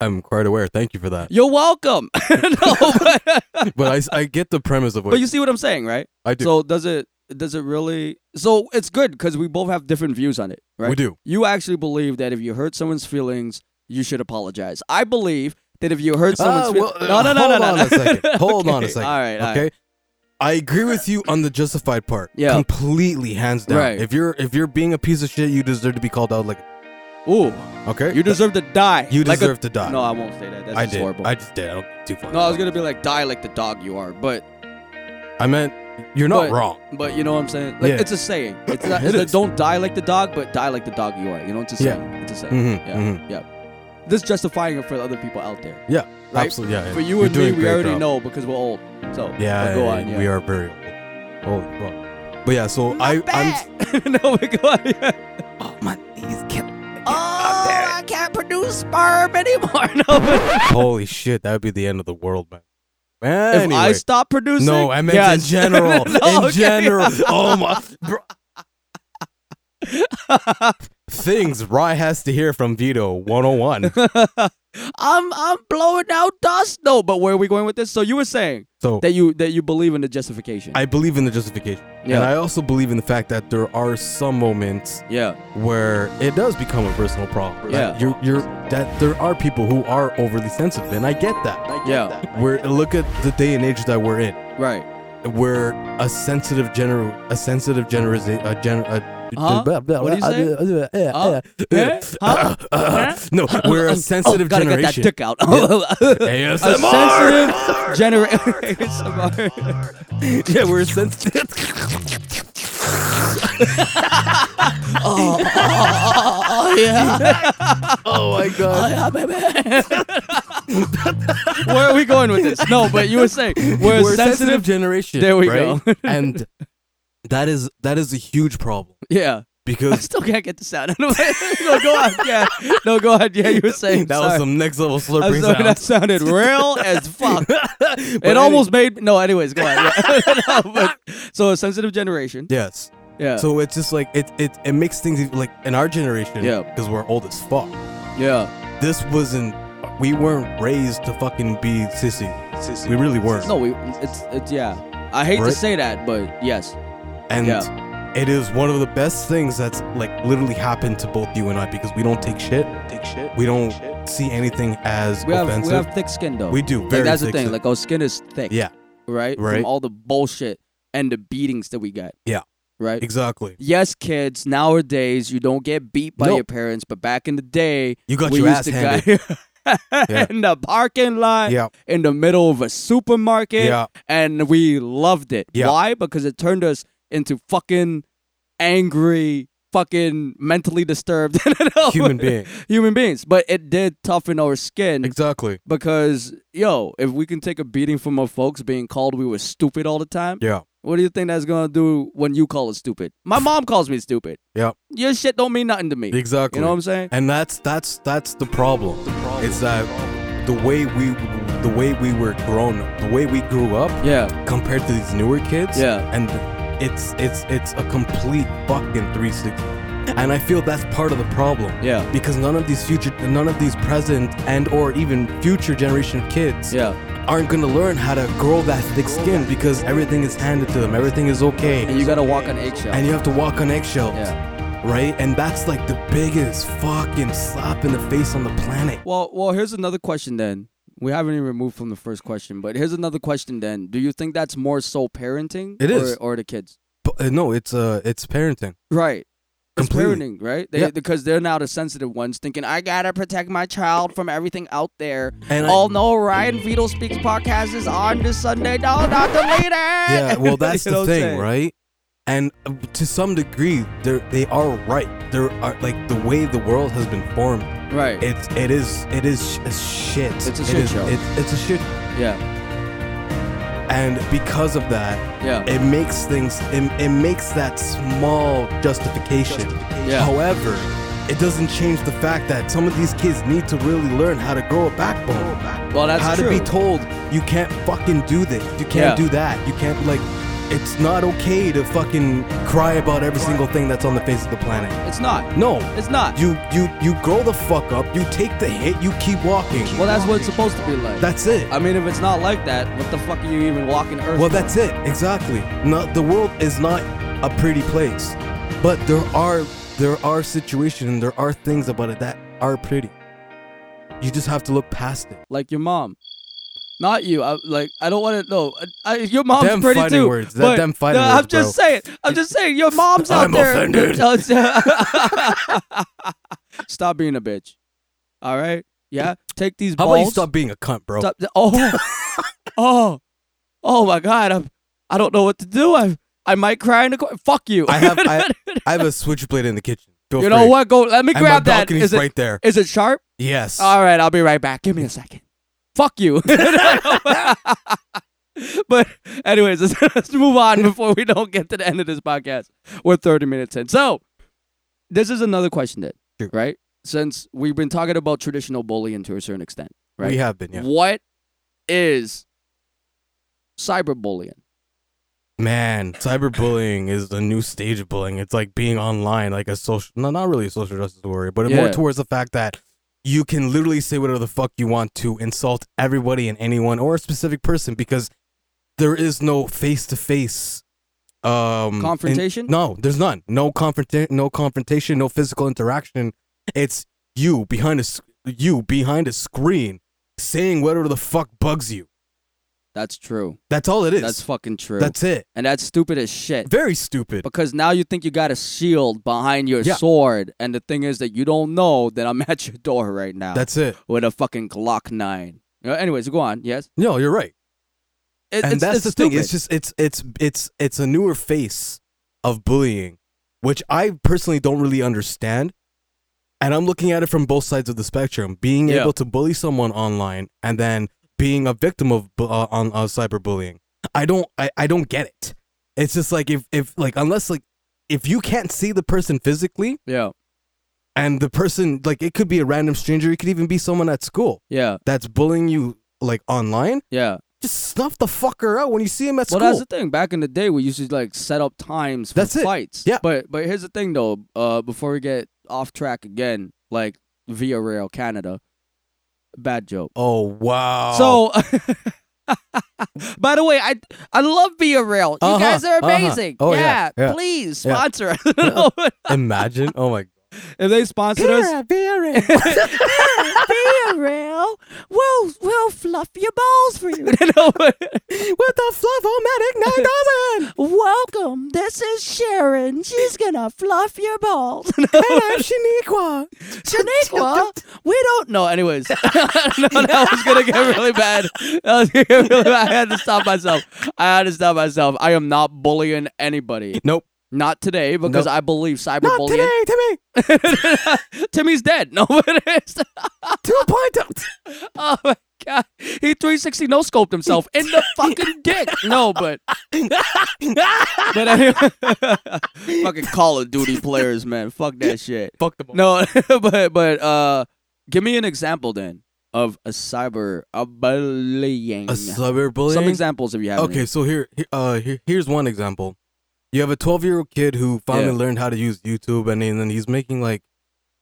Speaker 2: I'm quite aware. Thank you for that.
Speaker 1: You're welcome. no, but,
Speaker 2: But I s- I, get the premise of what
Speaker 1: but you see what I'm saying, right?
Speaker 2: I do.
Speaker 1: So does it does it really? So it's good because we both have different views on it, right?
Speaker 2: We do.
Speaker 1: You actually believe that if you hurt someone's feelings, you should apologize. I believe that if you hurt someone's
Speaker 2: Ah,
Speaker 1: feelings,
Speaker 2: well,
Speaker 1: Uh, no, no, no,
Speaker 2: hold
Speaker 1: no,
Speaker 2: on
Speaker 1: no.
Speaker 2: a second. Hold on a
Speaker 1: Okay,
Speaker 2: second.
Speaker 1: All right, all right.
Speaker 2: okay. I agree with you on the justified part.
Speaker 1: Yeah.
Speaker 2: Completely, hands down.
Speaker 1: Right.
Speaker 2: If you're if you're being a piece of shit, you deserve to be called out. Like,
Speaker 1: Ooh,
Speaker 2: okay.
Speaker 1: you deserve to die.
Speaker 2: You
Speaker 1: Like a-
Speaker 2: deserve to die.
Speaker 1: No, I won't say that. That's
Speaker 2: I
Speaker 1: just
Speaker 2: did.
Speaker 1: horrible.
Speaker 2: I just did. I don't do fun.
Speaker 1: no, I was gonna be like, die like the dog you are, but
Speaker 2: I meant you're not
Speaker 1: But-
Speaker 2: wrong.
Speaker 1: but you know what I'm saying? Like
Speaker 2: Yeah.
Speaker 1: it's a saying. It's not,
Speaker 2: It
Speaker 1: it's a
Speaker 2: is.
Speaker 1: don't die like the dog, but die like the dog you are. You know, it's a
Speaker 2: Yeah.
Speaker 1: saying. It's a saying.
Speaker 2: Mhm,
Speaker 1: Yeah.
Speaker 2: mhm.
Speaker 1: Yeah. This justifying it for the other people out there.
Speaker 2: Yeah.
Speaker 1: Right?
Speaker 2: Absolutely. Yeah. yeah.
Speaker 1: For you
Speaker 2: You're
Speaker 1: and me,
Speaker 2: doing
Speaker 1: we
Speaker 2: great
Speaker 1: already
Speaker 2: job.
Speaker 1: know because we're old. So
Speaker 2: Yeah,
Speaker 1: but go
Speaker 2: yeah,
Speaker 1: on. Yeah.
Speaker 2: We are very. Holy fuck. But yeah, so I I'm
Speaker 1: no, but go on. Yeah. Oh, I can't produce sperm anymore. No, but
Speaker 2: holy shit. That would be the end of the world, man.
Speaker 1: if
Speaker 2: Anyway.
Speaker 1: I stop producing,
Speaker 2: no, I meant
Speaker 1: yes.
Speaker 2: in general.
Speaker 1: No,
Speaker 2: in
Speaker 1: okay.
Speaker 2: general. Oh my. Bro. Things Rye has to hear from Vito 101.
Speaker 1: I'm I'm blowing out dust. No, but where are we going with this? So you were saying
Speaker 2: So
Speaker 1: that you that you believe in the justification.
Speaker 2: I believe in the justification.
Speaker 1: Yeah.
Speaker 2: And I also believe in the fact that there are some moments
Speaker 1: yeah,
Speaker 2: where it does become a personal problem.
Speaker 1: Yeah.
Speaker 2: That you're, you're, that there are people who are overly sensitive, and I get that.
Speaker 1: yeah,
Speaker 2: Where look at the day and age that we're in.
Speaker 1: right.
Speaker 2: where a sensitive gener a sensitive generation a gen a
Speaker 1: Huh? What do you say? Huh? Eh? Huh? Huh?
Speaker 2: Uh,
Speaker 1: Uh,
Speaker 2: no, we're a sensitive
Speaker 1: oh, gotta
Speaker 2: generation.
Speaker 1: get that dick out.
Speaker 2: ASMR.
Speaker 1: A sensitive generation.
Speaker 2: yeah, we're a sensitive.
Speaker 1: oh yeah.
Speaker 2: oh my god.
Speaker 1: yeah, baby. Where are we going with this? No, but you were saying we're,
Speaker 2: We're a sensitive
Speaker 1: sensitive.
Speaker 2: generation.
Speaker 1: There we
Speaker 2: right?
Speaker 1: go.
Speaker 2: and that is that is a huge problem
Speaker 1: yeah, I
Speaker 2: because
Speaker 1: still can't get this out. no, go on. Yeah, no, go on. Yeah, you were saying
Speaker 2: that
Speaker 1: sorry.
Speaker 2: was some next level
Speaker 1: I'm
Speaker 2: slurping
Speaker 1: sorry,
Speaker 2: sound.
Speaker 1: that sounded real as fuck. it
Speaker 2: any-
Speaker 1: almost made no. Anyways, go on. Yeah. No, but- so a sensitive generation.
Speaker 2: Yes.
Speaker 1: Yeah.
Speaker 2: So it's just like it it it makes things even- like in our generation
Speaker 1: Yeah.
Speaker 2: because we're old as fuck.
Speaker 1: yeah.
Speaker 2: this wasn't we weren't raised to fucking be sissy. We really weren't.
Speaker 1: No, we. It's it's yeah. I hate to
Speaker 2: Right.
Speaker 1: say that, but yes.
Speaker 2: and
Speaker 1: yeah.
Speaker 2: it is one of the best things that's like literally happened to both you and I because we don't take shit. Take shit. We don't see anything as
Speaker 1: We have
Speaker 2: offensive.
Speaker 1: we have thick skin though.
Speaker 2: We do,
Speaker 1: Like,
Speaker 2: very
Speaker 1: that's the
Speaker 2: thick
Speaker 1: thing.
Speaker 2: skin.
Speaker 1: Like our skin is thick.
Speaker 2: yeah,
Speaker 1: Right. From
Speaker 2: Right.
Speaker 1: all the bullshit and the beatings that we got.
Speaker 2: Yeah.
Speaker 1: Right.
Speaker 2: exactly.
Speaker 1: Yes, kids. Nowadays, you don't get beat by
Speaker 2: No.
Speaker 1: your parents, but back in the day,
Speaker 2: You got
Speaker 1: we
Speaker 2: your
Speaker 1: used
Speaker 2: ass
Speaker 1: to
Speaker 2: handed.
Speaker 1: Go
Speaker 2: Yeah.
Speaker 1: in the parking lot,
Speaker 2: Yeah.
Speaker 1: in the middle of a supermarket,
Speaker 2: Yeah.
Speaker 1: and we loved it.
Speaker 2: Yeah.
Speaker 1: Why? Because it turned us into fucking angry, fucking mentally disturbed
Speaker 2: Human being.
Speaker 1: human beings. But it did toughen our skin
Speaker 2: Exactly.
Speaker 1: because, yo, if we can take a beating from our folks being called we were stupid all the time,
Speaker 2: Yeah.
Speaker 1: what do you think that's gonna do when you call it stupid? My mom calls me stupid.
Speaker 2: Yeah.
Speaker 1: Your shit don't mean nothing to me.
Speaker 2: Exactly.
Speaker 1: You know what I'm saying?
Speaker 2: And that's that's that's the problem. It's that the way we the way we were grown, the way we grew up
Speaker 1: Yeah.
Speaker 2: compared to these newer kids.
Speaker 1: Yeah.
Speaker 2: And it's it's it's a complete fucking 360. And I feel that's part of the problem.
Speaker 1: Yeah.
Speaker 2: Because none of these future, none of these present and or even future generation of kids
Speaker 1: Yeah.
Speaker 2: aren't gonna learn how to grow that thick skin because everything is handed to them. Everything is okay.
Speaker 1: And you gotta walk on eggshells.
Speaker 2: and you have to walk on eggshells.
Speaker 1: yeah.
Speaker 2: Right? And that's like the biggest fucking slap in the face on the planet.
Speaker 1: Well, well, here's another question then. We haven't even moved from the first question, but here's another question then. Do you think that's more so parenting
Speaker 2: It
Speaker 1: or,
Speaker 2: is.
Speaker 1: or the kids?
Speaker 2: But, uh, no, it's uh, it's parenting.
Speaker 1: Right. It's
Speaker 2: Completely.
Speaker 1: parenting, right? They,
Speaker 2: Yeah.
Speaker 1: Because they're now the sensitive ones, thinking I gotta protect my child from everything out there.
Speaker 2: And I-
Speaker 1: oh no, Ryan Vito Speaks podcast is on this Sunday. No, not the later.
Speaker 2: Yeah, well, that's
Speaker 1: You know
Speaker 2: the
Speaker 1: what I'm
Speaker 2: thing,
Speaker 1: saying?
Speaker 2: right? And uh, to some degree, they they are right. There are like the way the world has been formed.
Speaker 1: Right.
Speaker 2: It's it is it is sh- it's shit.
Speaker 1: It's a
Speaker 2: It
Speaker 1: shit
Speaker 2: is-
Speaker 1: show.
Speaker 2: It, it's a shit,
Speaker 1: yeah.
Speaker 2: and because of that,
Speaker 1: Yeah.
Speaker 2: it makes things. It, it makes that small justification.
Speaker 1: Yeah.
Speaker 2: However, it doesn't change the fact that some of these kids need to really learn how to grow a backbone.
Speaker 1: Well, that's
Speaker 2: how
Speaker 1: true.
Speaker 2: to be told you can't fucking do this, you
Speaker 1: Yeah.
Speaker 2: can't do that, you can't like. It's not okay to fucking cry about every single thing that's on the face of the planet.
Speaker 1: it's not.
Speaker 2: No,
Speaker 1: It's not.
Speaker 2: you you you grow the fuck up. You take the hit. You keep walking.
Speaker 1: well, that's what it's supposed to be like.
Speaker 2: that's it.
Speaker 1: I mean, if it's not like that, what the fuck are you even walking Earth?
Speaker 2: Well,
Speaker 1: for?
Speaker 2: that's it. Exactly. Not the world is not a pretty place, but there are there are situations and there are things about it that are pretty. You just have to look past it.
Speaker 1: like your mom. Not you. I like. I don't want to know. I, your mom's
Speaker 2: Them
Speaker 1: pretty
Speaker 2: fighting
Speaker 1: too.
Speaker 2: words. That-
Speaker 1: but
Speaker 2: them fighting
Speaker 1: no, I'm
Speaker 2: words,
Speaker 1: just
Speaker 2: bro.
Speaker 1: saying. I'm just saying. Your mom's out
Speaker 2: I'm
Speaker 1: there.
Speaker 2: offended.
Speaker 1: stop being a bitch. All right. Yeah. Take these
Speaker 2: How about you
Speaker 1: balls.
Speaker 2: stop being a cunt, bro?
Speaker 1: Stop- Oh. oh. Oh my God. I'm. I don't know what to do. I. I might cry in the corner. Fuck you.
Speaker 2: I have I, I have a switchblade in the kitchen. Feel
Speaker 1: you know
Speaker 2: free.
Speaker 1: what? Go. Let me
Speaker 2: And my
Speaker 1: grab that.
Speaker 2: balcony's
Speaker 1: Is it? Is
Speaker 2: right there.
Speaker 1: it sharp?
Speaker 2: Yes.
Speaker 1: All right, I'll be right back. Give me a second. Fuck you. but anyways, let's, let's move on before we don't get to the end of this podcast. We're 30 minutes in. So this is another question then,
Speaker 2: Sure.
Speaker 1: right? Since we've been talking about traditional bullying to a certain extent, right?
Speaker 2: We have been, yeah.
Speaker 1: What is cyberbullying?
Speaker 2: Man, cyberbullying is a new stage of bullying. It's like being online, like a social, no, not really a social justice warrior, but more
Speaker 1: Yeah.
Speaker 2: towards the fact that you can literally say whatever the fuck you want to insult everybody and anyone or a specific person because there is no face to face um
Speaker 1: Confrontation?
Speaker 2: in- no, there's none. No confrontation. No confrontation. No physical interaction. It's you behind a s- you behind a screen saying whatever the fuck bugs you.
Speaker 1: That's true.
Speaker 2: That's all it is.
Speaker 1: That's fucking true.
Speaker 2: That's it.
Speaker 1: and that's stupid as shit.
Speaker 2: Very stupid.
Speaker 1: Because now you think you got a shield behind your
Speaker 2: Yeah.
Speaker 1: sword, and the thing is that you don't know that I'm at your door right now.
Speaker 2: That's it.
Speaker 1: with a fucking Glock nine. You know, anyways, go on. Yes,
Speaker 2: No, you're right.
Speaker 1: It-
Speaker 2: and
Speaker 1: it's,
Speaker 2: that's
Speaker 1: it's
Speaker 2: the
Speaker 1: stupid.
Speaker 2: thing. It's just it's it's it's it's a newer face of bullying, which I personally don't really understand. And I'm looking at it from both sides of the spectrum: being
Speaker 1: Yeah.
Speaker 2: able to bully someone online and then being a victim of bu- uh, on uh, cyberbullying. I don't I, I don't get it. It's just like if if like unless like if you can't see the person physically
Speaker 1: yeah,
Speaker 2: and the person like it could be a random stranger, it could even be someone at school
Speaker 1: yeah,
Speaker 2: that's bullying you like online.
Speaker 1: yeah.
Speaker 2: Just snuff the fucker out when you see him at
Speaker 1: Well,
Speaker 2: school.
Speaker 1: that's the thing. Back in the day, we used to like set up times for
Speaker 2: That's it.
Speaker 1: fights.
Speaker 2: Yeah.
Speaker 1: But but here's the thing though. Uh, before we get off track again, like via rail Canada, bad joke.
Speaker 2: Oh wow!
Speaker 1: So, Oh. by the way, I I love Via Rail. You
Speaker 2: Uh-huh,
Speaker 1: guys are
Speaker 2: uh-huh.
Speaker 1: amazing.
Speaker 2: Oh,
Speaker 1: yeah,
Speaker 2: yeah, yeah.
Speaker 1: please
Speaker 2: Yeah.
Speaker 1: sponsor us.
Speaker 2: imagine, oh my god!
Speaker 1: if they sponsored us, Via Rail, we'll we'll fluff your balls for you.
Speaker 2: With the Flavomatic nine thousand,
Speaker 1: Welcome. This is Sharon. She's gonna fluff your balls.
Speaker 2: and I'm Shaniqua.
Speaker 1: Shaniqua, we don't know. Anyways, no, that was gonna get really bad. That was gonna get really bad. I had to stop myself. I had to stop myself. I am not bullying anybody.
Speaker 2: Nope,
Speaker 1: Not today, because
Speaker 2: Nope.
Speaker 1: I believe
Speaker 2: not
Speaker 1: cyberbullying.
Speaker 2: today, Timmy.
Speaker 1: Timmy's dead. No, it is.
Speaker 2: Two point.
Speaker 1: Oh my god, he 360 no scoped himself in the fucking dick. No, but but anyway, fucking Call of Duty players, man. Fuck that shit.
Speaker 2: Fuck the
Speaker 1: No, but but uh, give me an example then of a cyber a bullying.
Speaker 2: A cyberbullying.
Speaker 1: Some examples if you have.
Speaker 2: Okay, so here, here- uh, here, here's one example. You have a 12 year old kid who finally
Speaker 1: Yeah.
Speaker 2: learned how to use YouTube, and, then he's making like.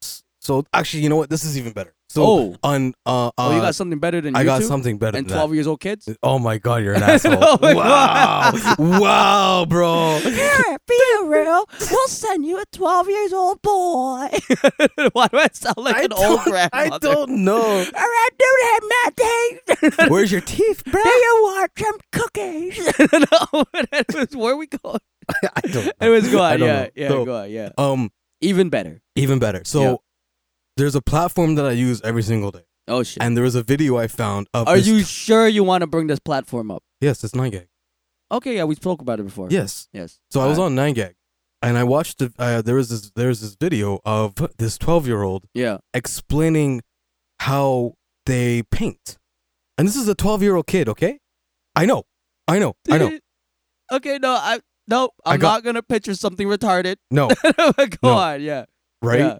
Speaker 2: s- So actually, you know what? This is even better. So
Speaker 1: Oh.
Speaker 2: on uh, uh
Speaker 1: Oh, you got something better than
Speaker 2: I got
Speaker 1: YouTube?
Speaker 2: something better
Speaker 1: And
Speaker 2: than that.
Speaker 1: twelve years old kids.
Speaker 2: Oh my god, you're an asshole!
Speaker 1: Oh my
Speaker 2: wow, wow, bro.
Speaker 4: Here, be real. We'll send you a 12 years old boy.
Speaker 1: Why do I sound like an old grandmother?
Speaker 2: I don't know.
Speaker 4: All right, do that, Matt.
Speaker 2: Where's your teeth, bro?
Speaker 4: Do you want some cookies?
Speaker 1: no, that was- where are we going?
Speaker 2: I don't. Know.
Speaker 1: Anyways, go
Speaker 2: I
Speaker 1: on.
Speaker 2: don't
Speaker 1: Yeah,
Speaker 2: know.
Speaker 1: yeah,
Speaker 2: So-
Speaker 1: go on. Yeah,
Speaker 2: Um,
Speaker 1: even better.
Speaker 2: even better. So
Speaker 1: Yeah.
Speaker 2: there's a platform that I use every single day,
Speaker 1: Oh shit.
Speaker 2: and there was a video I found of.
Speaker 1: Are
Speaker 2: this-
Speaker 1: you sure you want to bring this platform up?
Speaker 2: Yes, it's nine gag.
Speaker 1: Okay, yeah, we spoke about it before.
Speaker 2: Yes.
Speaker 1: Yes.
Speaker 2: So I was
Speaker 1: Alright.
Speaker 2: on nine gag, and I watched. The, uh, there was this. There's this video of this 12 year old
Speaker 1: Yeah.
Speaker 2: explaining how they paint, and this is a 12 year old kid. Okay, I know, I know, I know.
Speaker 1: okay, no, I no, I'm
Speaker 2: I got-
Speaker 1: not gonna picture something retarded.
Speaker 2: No,
Speaker 1: go
Speaker 2: No.
Speaker 1: on, yeah.
Speaker 2: right?
Speaker 1: yeah.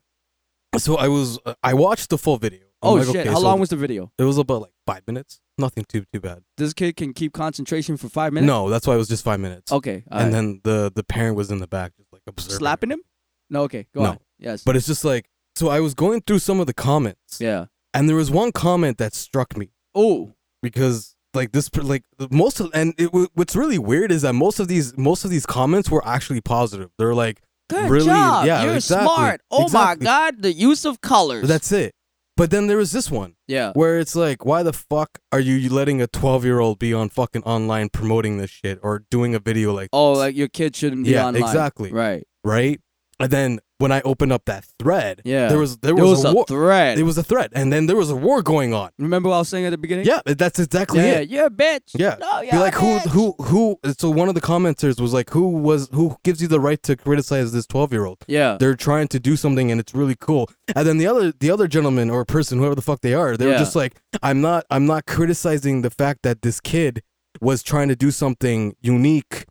Speaker 2: So I was. Uh, I watched the full video. I'm
Speaker 1: Oh
Speaker 2: like,
Speaker 1: shit!
Speaker 2: okay,
Speaker 1: How
Speaker 2: so
Speaker 1: long was the video?
Speaker 2: it? Was about like five minutes. Nothing too too bad.
Speaker 1: This kid can keep concentration for five minutes.
Speaker 2: No, that's why it was just five minutes.
Speaker 1: Okay. all
Speaker 2: and
Speaker 1: right.
Speaker 2: then the the parent was in the back just like observing
Speaker 1: slapping him? No. Okay. Go
Speaker 2: No.
Speaker 1: on. Yes.
Speaker 2: but it's just like so i was going through some of the comments
Speaker 1: yeah.
Speaker 2: and there was one comment that struck me
Speaker 1: Oh.
Speaker 2: because like this per- like the- most of and it, wa- what's really weird is that most of these most of these comments were actually positive they're like
Speaker 1: Good
Speaker 2: Really,
Speaker 1: job.
Speaker 2: yeah,
Speaker 1: You're
Speaker 2: exactly,
Speaker 1: smart. Oh
Speaker 2: exactly.
Speaker 1: my god, the use of colors.
Speaker 2: that's it but then there was this one
Speaker 1: yeah.
Speaker 2: where it's like why the fuck are you letting a 12 year old be on fucking online promoting this shit or doing a video like
Speaker 1: Oh,
Speaker 2: this?
Speaker 1: like your kid shouldn't be
Speaker 2: Yeah,
Speaker 1: online.
Speaker 2: exactly.
Speaker 1: Right.
Speaker 2: right and then when i opened up that thread
Speaker 1: Yeah.
Speaker 2: there was there
Speaker 1: It
Speaker 2: was, a, war
Speaker 1: threat.
Speaker 2: it was a threat and then there was a war going on
Speaker 1: Remember what I was saying at the beginning?
Speaker 2: yeah that's exactly
Speaker 1: Yeah.
Speaker 2: it
Speaker 1: You're a bitch.
Speaker 2: Yeah.
Speaker 1: No, you're
Speaker 2: Be like
Speaker 1: a
Speaker 2: who
Speaker 1: bitch.
Speaker 2: who who so one of the commenters was like who was who gives you the right to criticize this 12 year old
Speaker 1: Yeah.
Speaker 2: they're trying to do something and it's really cool and then the other the other gentleman or person whoever the fuck they are they were
Speaker 1: Yeah.
Speaker 2: just like i'm not i'm not criticizing the fact that this kid was trying to do something unique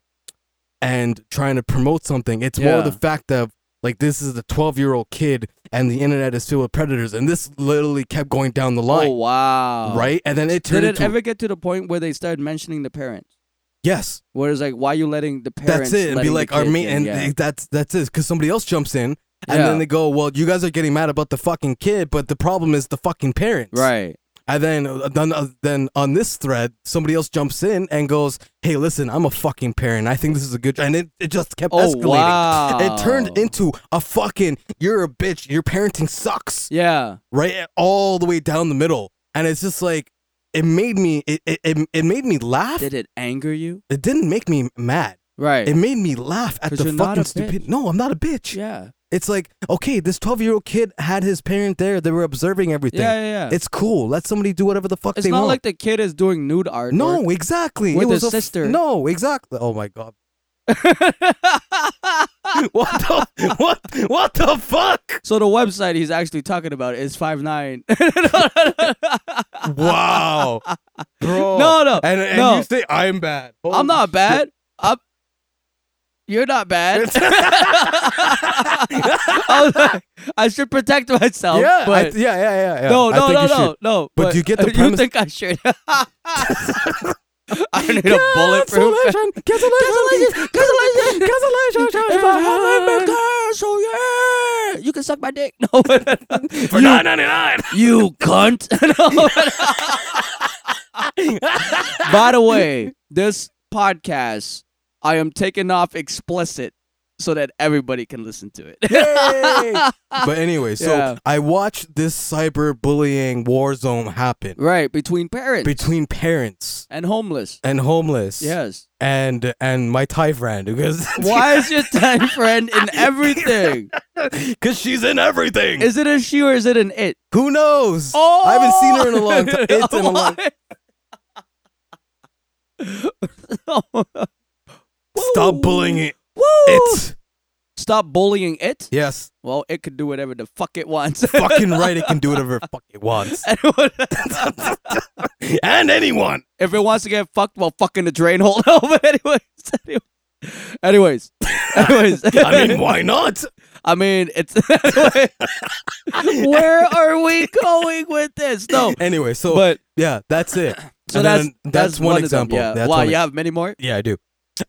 Speaker 2: and trying to promote something it's more
Speaker 1: Yeah.
Speaker 2: the fact of like this is the 12 year old kid and the internet is filled with predators and this literally kept going down the
Speaker 1: Oh
Speaker 2: line
Speaker 1: wow.
Speaker 2: right and then
Speaker 1: Did
Speaker 2: it turned
Speaker 1: it
Speaker 2: into
Speaker 1: ever get to the point where they started mentioning the parents?
Speaker 2: yes
Speaker 1: Where it's like, why are you letting the parents?
Speaker 2: that's it and be
Speaker 1: letting the
Speaker 2: like our
Speaker 1: kids
Speaker 2: main
Speaker 1: in?
Speaker 2: and
Speaker 1: Yeah.
Speaker 2: they- that's that's it because somebody else jumps in and
Speaker 1: Yeah.
Speaker 2: then they go well you guys are getting mad about the fucking kid but the problem is the fucking parents
Speaker 1: right.
Speaker 2: and then uh, then, uh, then on this thread somebody else jumps in and goes hey listen i'm a fucking parent i think this is a good and it, it just kept
Speaker 1: Oh
Speaker 2: escalating
Speaker 1: wow.
Speaker 2: it turned into a fucking you're a bitch your parenting sucks
Speaker 1: Yeah.
Speaker 2: right all the way down the middle and it's just like it made me it it, it, it made me laugh
Speaker 1: Did it anger you?
Speaker 2: it didn't make me mad
Speaker 1: Right.
Speaker 2: it made me laugh at
Speaker 1: 'Cause
Speaker 2: the
Speaker 1: you're
Speaker 2: fucking
Speaker 1: not a bitch.
Speaker 2: stupid. No, I'm not a bitch.
Speaker 1: yeah.
Speaker 2: It's like, okay, this 12 year old kid had his parent there. They were observing everything.
Speaker 1: Yeah. Yeah. Yeah.
Speaker 2: It's cool. Let somebody do whatever the fuck
Speaker 1: It's
Speaker 2: they
Speaker 1: not
Speaker 2: want.
Speaker 1: like the kid is doing nude art.
Speaker 2: no, exactly.
Speaker 1: With
Speaker 2: it was
Speaker 1: his
Speaker 2: a f-
Speaker 1: sister.
Speaker 2: no, exactly. Oh my god. What the what what the fuck?
Speaker 1: So the website he's actually talking about is five nine.
Speaker 2: Wow. Bro.
Speaker 1: No, no,
Speaker 2: And, and
Speaker 1: no.
Speaker 2: you say I'm bad.
Speaker 1: I'm
Speaker 2: Holy
Speaker 1: not bad. I'm. You're not bad. I, was like, I should protect myself.
Speaker 2: Yeah, I
Speaker 1: but
Speaker 2: th- yeah, yeah, yeah, yeah.
Speaker 1: no,
Speaker 2: I
Speaker 1: no,
Speaker 2: think
Speaker 1: no,
Speaker 2: you
Speaker 1: no,
Speaker 2: should.
Speaker 1: no.
Speaker 2: But do you get the
Speaker 1: You
Speaker 2: premise-
Speaker 1: think I should? I need a bulletproof.
Speaker 2: Cancellation, cancellation, cancellation, cancellation. Oh,
Speaker 1: so yeah, you can suck my dick. No,
Speaker 2: For nine ninety nine.
Speaker 1: you cunt. No. By the way, this podcast, I am taking off explicit so that everybody can listen to it.
Speaker 2: but anyway, so
Speaker 1: Yeah.
Speaker 2: I watched this cyberbullying war zone happen
Speaker 1: right, between parents
Speaker 2: between parents
Speaker 1: and homeless.
Speaker 2: and homeless.
Speaker 1: Yes.
Speaker 2: And and my Thai friend because
Speaker 1: Why is your time friend in everything?
Speaker 2: Because she's in everything.
Speaker 1: Is it a she or is it an it? Oh!
Speaker 2: Who knows? I haven't seen her in a long time. It's in a long.
Speaker 1: Why?
Speaker 2: Stop bullying it.
Speaker 1: Woo!
Speaker 2: It's
Speaker 1: Stop bullying it?
Speaker 2: yes,
Speaker 1: Well, it could do whatever the fuck it wants.
Speaker 2: fucking right. It can do whatever the fuck it wants, and anyone.
Speaker 1: if it wants to get fucked, well, fucking the drain hole. No, but anyways, anyways, anyways.
Speaker 2: I mean, why not?
Speaker 1: I mean, it's. where are we going with this? No,
Speaker 2: Anyway, so
Speaker 1: but
Speaker 2: yeah, that's it.
Speaker 1: so
Speaker 2: And
Speaker 1: that's
Speaker 2: then
Speaker 1: that's
Speaker 2: one
Speaker 1: of them,
Speaker 2: example.
Speaker 1: yeah.
Speaker 2: That's
Speaker 1: wow,
Speaker 2: one
Speaker 1: you
Speaker 2: ex-
Speaker 1: have many more.
Speaker 2: yeah, I do.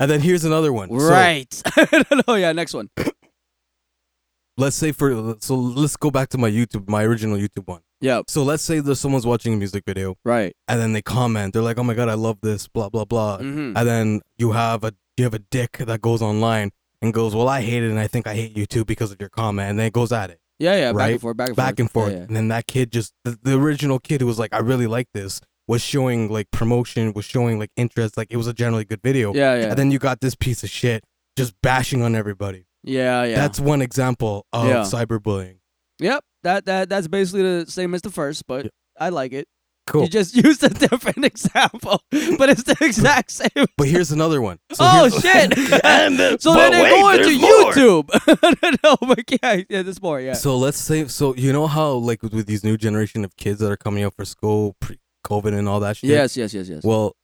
Speaker 2: And then here's another one. So,
Speaker 1: Right. no, no, yeah, next one.
Speaker 2: let's say for so let's go back to my YouTube, my original YouTube one.
Speaker 1: Yep.
Speaker 2: So let's say there's someone's watching a music video
Speaker 1: Right.
Speaker 2: and then they comment. They're like, "Oh my god, I love this." Blah blah blah.
Speaker 1: Mhm.
Speaker 2: And then you have a you have a dick that goes online and goes, "Well, I hate it, and I think I hate you too because of your comment." And then it goes at it
Speaker 1: Yeah, yeah, back
Speaker 2: Right?
Speaker 1: and forth, back and
Speaker 2: back and
Speaker 1: forth.
Speaker 2: forth.
Speaker 1: Yeah, yeah.
Speaker 2: And then that kid just the, the original kid who was like, "I really like this." Was showing like promotion, was showing like interest, like it was a generally good video.
Speaker 1: Yeah, yeah.
Speaker 2: And then you got this piece of shit just bashing on everybody.
Speaker 1: Yeah, yeah.
Speaker 2: That's one example of
Speaker 1: Yeah.
Speaker 2: cyberbullying.
Speaker 1: yep. That that that's basically the same as the first, but I like it.
Speaker 2: Cool.
Speaker 1: You just used a different example, but it's the exact same.
Speaker 2: But here's another one. So
Speaker 1: oh
Speaker 2: here's-
Speaker 1: shit!
Speaker 5: And the-
Speaker 1: so
Speaker 5: but
Speaker 1: then they
Speaker 5: wait,
Speaker 1: go
Speaker 5: there's
Speaker 1: into
Speaker 5: more.
Speaker 1: YouTube. no, but yeah, yeah, there's more. Yeah,
Speaker 2: So let's say so you know how like with, with these new generation of kids that are coming out for school pre COVID and all that shit.
Speaker 1: yes, yes, yes, yes.
Speaker 2: Well,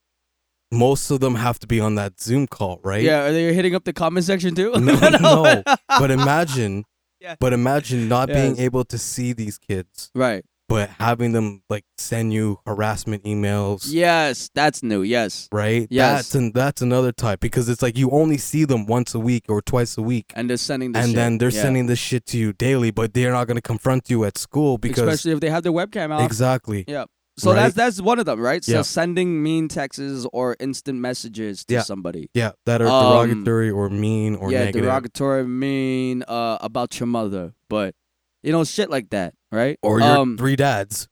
Speaker 2: most of them have to be on that Zoom call, right?
Speaker 1: yeah, are they hitting up the comment section too?
Speaker 2: No, no. But imagine,
Speaker 1: Yeah.
Speaker 2: but imagine not being
Speaker 1: Yes.
Speaker 2: able to see these kids,
Speaker 1: right.
Speaker 2: but having them like send you harassment emails.
Speaker 1: Yes, that's new. Yes,
Speaker 2: Right.
Speaker 1: Yes.
Speaker 2: That's an, that's another type because it's like you only see them once a week or twice a week.
Speaker 1: and they're sending. This
Speaker 2: and
Speaker 1: shit.
Speaker 2: then they're
Speaker 1: Yeah.
Speaker 2: sending this shit to you daily, but they're not going to confront you at school because
Speaker 1: especially if they have their webcam out.
Speaker 2: exactly
Speaker 1: Yeah. So
Speaker 2: Right?
Speaker 1: that's that's one of them, right? So
Speaker 2: Yeah.
Speaker 1: sending mean texts or instant messages to
Speaker 2: Yeah.
Speaker 1: somebody.
Speaker 2: yeah that are
Speaker 1: Um,
Speaker 2: derogatory or mean or
Speaker 1: yeah,
Speaker 2: negative
Speaker 1: derogatory, mean uh, about your mother, but you know shit like that, right?
Speaker 2: or your
Speaker 1: um,
Speaker 2: three dads.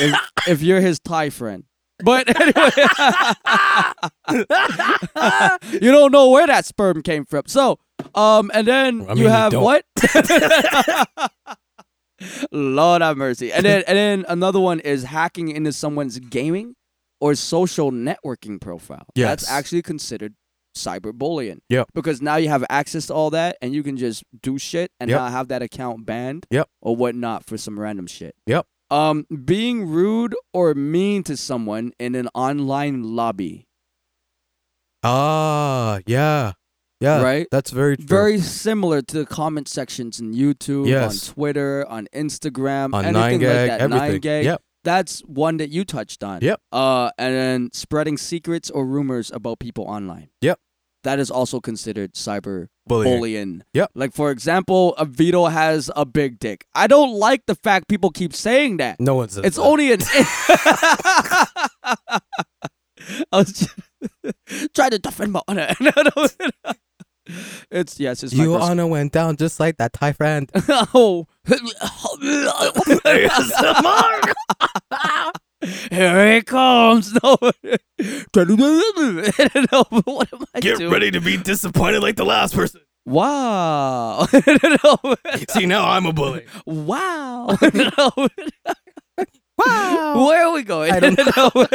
Speaker 1: if, if you're his Thai friend. But anyway, you don't know where that sperm came from. So, um, and then
Speaker 2: I mean,
Speaker 1: you
Speaker 2: you
Speaker 1: have
Speaker 2: don't.
Speaker 1: what? Lord have mercy. And then and then another one is hacking into someone's gaming or social networking profile. That's
Speaker 2: Yes.
Speaker 1: actually considered cyberbullying.
Speaker 2: Yep.
Speaker 1: Because now you have access to all that and you can just do shit and
Speaker 2: Yep.
Speaker 1: not have that account banned
Speaker 2: Yep.
Speaker 1: or whatnot for some random shit.
Speaker 2: Yep.
Speaker 1: Um, being rude or mean to someone in an online lobby.
Speaker 2: Ah, yeah, yeah,
Speaker 1: Right?
Speaker 2: That's very true.
Speaker 1: Very similar to the comment sections in YouTube,
Speaker 2: Yes.
Speaker 1: on Twitter, on Instagram,
Speaker 2: on
Speaker 1: anything
Speaker 2: nine gag,
Speaker 1: like that.
Speaker 2: everything.
Speaker 1: Nine gag.
Speaker 2: Yep,
Speaker 1: That's one that you touched on.
Speaker 2: Yep.
Speaker 1: Uh, and then spreading secrets or rumors about people online.
Speaker 2: Yep.
Speaker 1: That is also considered cyber
Speaker 2: bullying.
Speaker 1: bullying.
Speaker 2: Yep.
Speaker 1: Like for example, a Vito has a big dick. I don't like the fact people keep saying that.
Speaker 2: No one's.
Speaker 1: It's only an. I was just trying to defend my honor. No, no, no. it's yes, it's
Speaker 2: you
Speaker 1: you
Speaker 2: honor went down just like that Thai friend.
Speaker 1: oh. Here it comes. No. no, but what am I
Speaker 5: Get
Speaker 1: doing?
Speaker 5: ready to be disappointed like the last person.
Speaker 1: Wow. No.
Speaker 5: See, now I'm a bully.
Speaker 1: Wow. No.
Speaker 2: Wow.
Speaker 1: Where are we going?
Speaker 2: I don't
Speaker 1: know.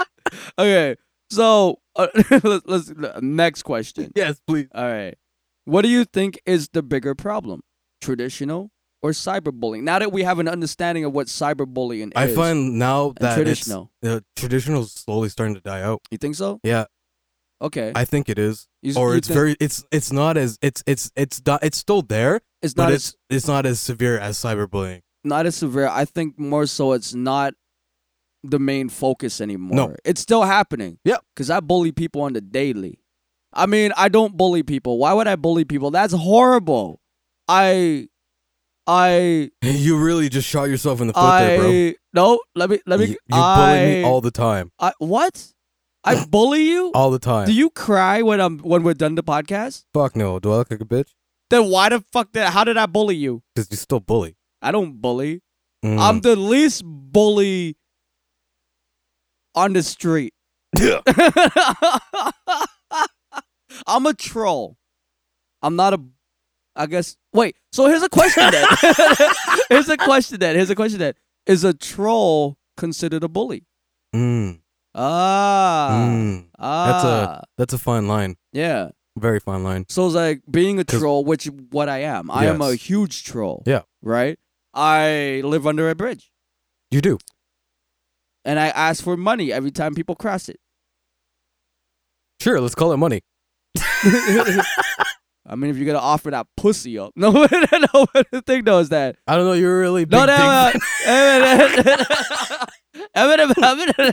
Speaker 1: okay, so uh, let's, let's next question.
Speaker 2: yes, please.
Speaker 1: All right, what do you think is the bigger problem, traditional or cyberbullying? Now that we have an understanding of what cyberbullying
Speaker 2: I
Speaker 1: is,
Speaker 2: find now
Speaker 1: and
Speaker 2: that
Speaker 1: traditional.
Speaker 2: it's uh, traditional is slowly starting to die out.
Speaker 1: you think so?
Speaker 2: Yeah,
Speaker 1: Okay,
Speaker 2: I think it is.
Speaker 1: You s-
Speaker 2: or
Speaker 1: you
Speaker 2: it's
Speaker 1: think-
Speaker 2: very it's it's not as it's it's it's not, it's still there,
Speaker 1: it's
Speaker 2: but
Speaker 1: not
Speaker 2: it's
Speaker 1: as
Speaker 2: it's not as severe as cyberbullying.
Speaker 1: not as severe. I think more so it's not the main focus anymore.
Speaker 2: No.
Speaker 1: It's still happening.
Speaker 2: Yep.
Speaker 1: Cuz I bully people on the daily. I mean, I don't bully people. Why would I bully people? That's horrible. I I
Speaker 2: You really just shot yourself in the foot there, bro. You,
Speaker 1: I no, let me let me
Speaker 2: you bully
Speaker 1: I,
Speaker 2: me all the time,
Speaker 1: I what? I bully you?
Speaker 2: all the time.
Speaker 1: Do you cry when I'm when we're done the podcast?
Speaker 2: Fuck no. Do I look like a bitch?
Speaker 1: Then why the fuck did how did I bully you?
Speaker 2: Because you still bully.
Speaker 1: I don't bully.
Speaker 2: Mm.
Speaker 1: I'm the least bully on the street. I'm a troll. I'm not a. I guess. Wait. So here's a question. Then. here's a question. Then. Here's a question. Then. Is a troll considered a bully?
Speaker 2: Mm.
Speaker 1: Ah.
Speaker 2: Mm.
Speaker 1: Ah.
Speaker 2: a- That's a fine line.
Speaker 1: Yeah.
Speaker 2: Very fine line.
Speaker 1: So it's like being a
Speaker 2: 'Cause-
Speaker 1: troll, which what I am. I am a
Speaker 2: Yes.
Speaker 1: huge troll.
Speaker 2: Yeah.
Speaker 1: Right. I live under a bridge,
Speaker 2: You do.
Speaker 1: and I ask for money every time people cross it.
Speaker 2: Sure. Let's call it money.
Speaker 1: I mean, if you're gonna offer that pussy up, no, no, no. But the thing though is that
Speaker 2: I don't know. You're a really big.
Speaker 1: No, no, no.
Speaker 2: dick fan.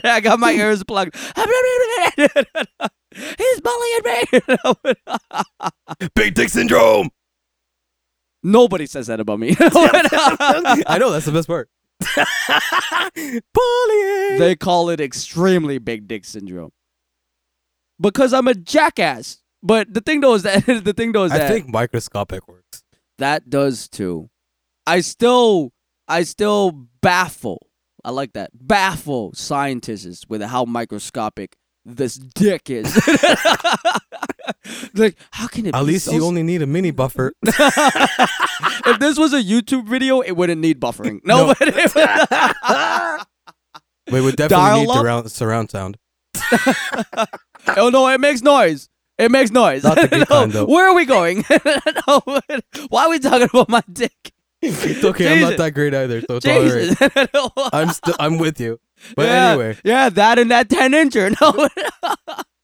Speaker 1: I got my ears plugged.
Speaker 4: He's bullying me.
Speaker 1: You know?
Speaker 5: Big dick syndrome.
Speaker 1: Nobody says that about me.
Speaker 2: I know that's the best part. Bullying.
Speaker 1: they call it extremely big dick syndrome because I'm a jackass. But the thing though is that the thing though is
Speaker 2: I
Speaker 1: that
Speaker 2: think microscopic works.
Speaker 1: that does too. I still, I still baffle. I like that baffle scientists with how microscopic this dick is. like, how can it?
Speaker 2: At
Speaker 1: be
Speaker 2: least
Speaker 1: so
Speaker 2: you only need a mini buffer.
Speaker 1: if this was a YouTube video, it wouldn't need buffering. No,
Speaker 2: No.
Speaker 1: but it
Speaker 2: We would definitely need
Speaker 1: Dial-up?
Speaker 2: surround, surround sound.
Speaker 1: oh no, it makes noise. It makes noise.
Speaker 2: Not the good
Speaker 1: No,
Speaker 2: kind, though.
Speaker 1: Where are we going? No, but- why are we talking about my dick?
Speaker 2: It's okay. I'm
Speaker 1: Jesus.
Speaker 2: not that great either, so it's all right.
Speaker 1: Jesus. No.
Speaker 2: I'm st- I'm with you. But
Speaker 1: yeah,
Speaker 2: anyway,
Speaker 1: yeah, that and that ten incher. No,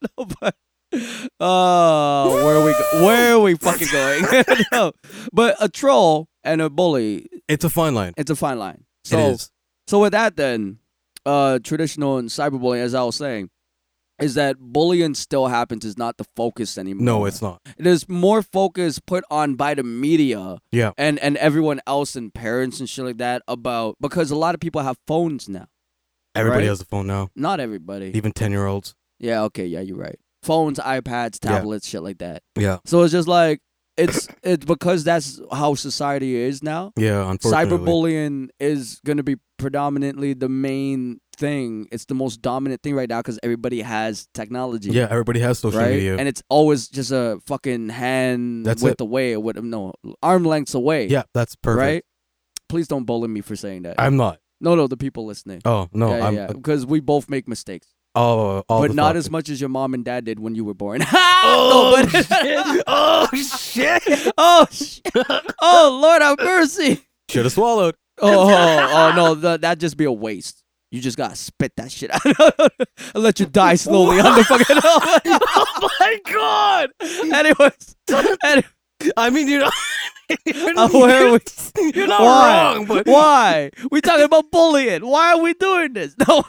Speaker 1: no, but uh, where are we? Go- where are we fucking going? no, but a troll and a bully,
Speaker 2: it's a fine line.
Speaker 1: it's a fine line. So
Speaker 2: it is.
Speaker 1: So with that then, uh traditional and cyberbullying, as I was saying, is that bullying still happens is not the focus anymore.
Speaker 2: No, it's not.
Speaker 1: there's more focus put on by the media
Speaker 2: Yeah.
Speaker 1: and and everyone else and parents and shit like that about because a lot of people have phones now.
Speaker 2: Everybody
Speaker 1: Right?
Speaker 2: has a phone now.
Speaker 1: Not everybody.
Speaker 2: Even ten year olds.
Speaker 1: Yeah, okay, yeah, you're right. Phones, iPads,
Speaker 2: Yeah.
Speaker 1: tablets, shit like that.
Speaker 2: Yeah.
Speaker 1: So it's just like it's it's because that's how society is now.
Speaker 2: Yeah. Unfortunately.
Speaker 1: cyberbullying is going to be predominantly the main thing. It's the most dominant thing right now because everybody has technology.
Speaker 2: Yeah. Everybody has social
Speaker 1: right,
Speaker 2: media.
Speaker 1: and it's always just a fucking hand
Speaker 2: That's
Speaker 1: width
Speaker 2: it.
Speaker 1: away, with no arm lengths away.
Speaker 2: yeah. That's perfect.
Speaker 1: right. Please don't bully me for saying that.
Speaker 2: I'm not.
Speaker 1: no, no, the people listening.
Speaker 2: Oh no.
Speaker 1: yeah,
Speaker 2: I'm.
Speaker 1: yeah, because we both make mistakes,
Speaker 2: Oh. All
Speaker 1: but
Speaker 2: the
Speaker 1: not
Speaker 2: fuck.
Speaker 1: as much as your mom and dad did when you were born.
Speaker 5: Oh,
Speaker 1: oh, no,
Speaker 5: shit. Oh, shit.
Speaker 1: but, oh, shit. oh, Lord have mercy.
Speaker 2: Should have swallowed.
Speaker 1: Oh, oh, oh, no, th- that'd just be a waste. You just gotta spit that shit out. and let you die slowly on the fucking.
Speaker 5: Oh, my God.
Speaker 1: Anyways, any-
Speaker 5: I mean, you know. You're,
Speaker 1: Oh, where are
Speaker 5: you're, you're not
Speaker 1: why?
Speaker 5: wrong, but
Speaker 1: why? We talking about bullying. Why are we doing this? No,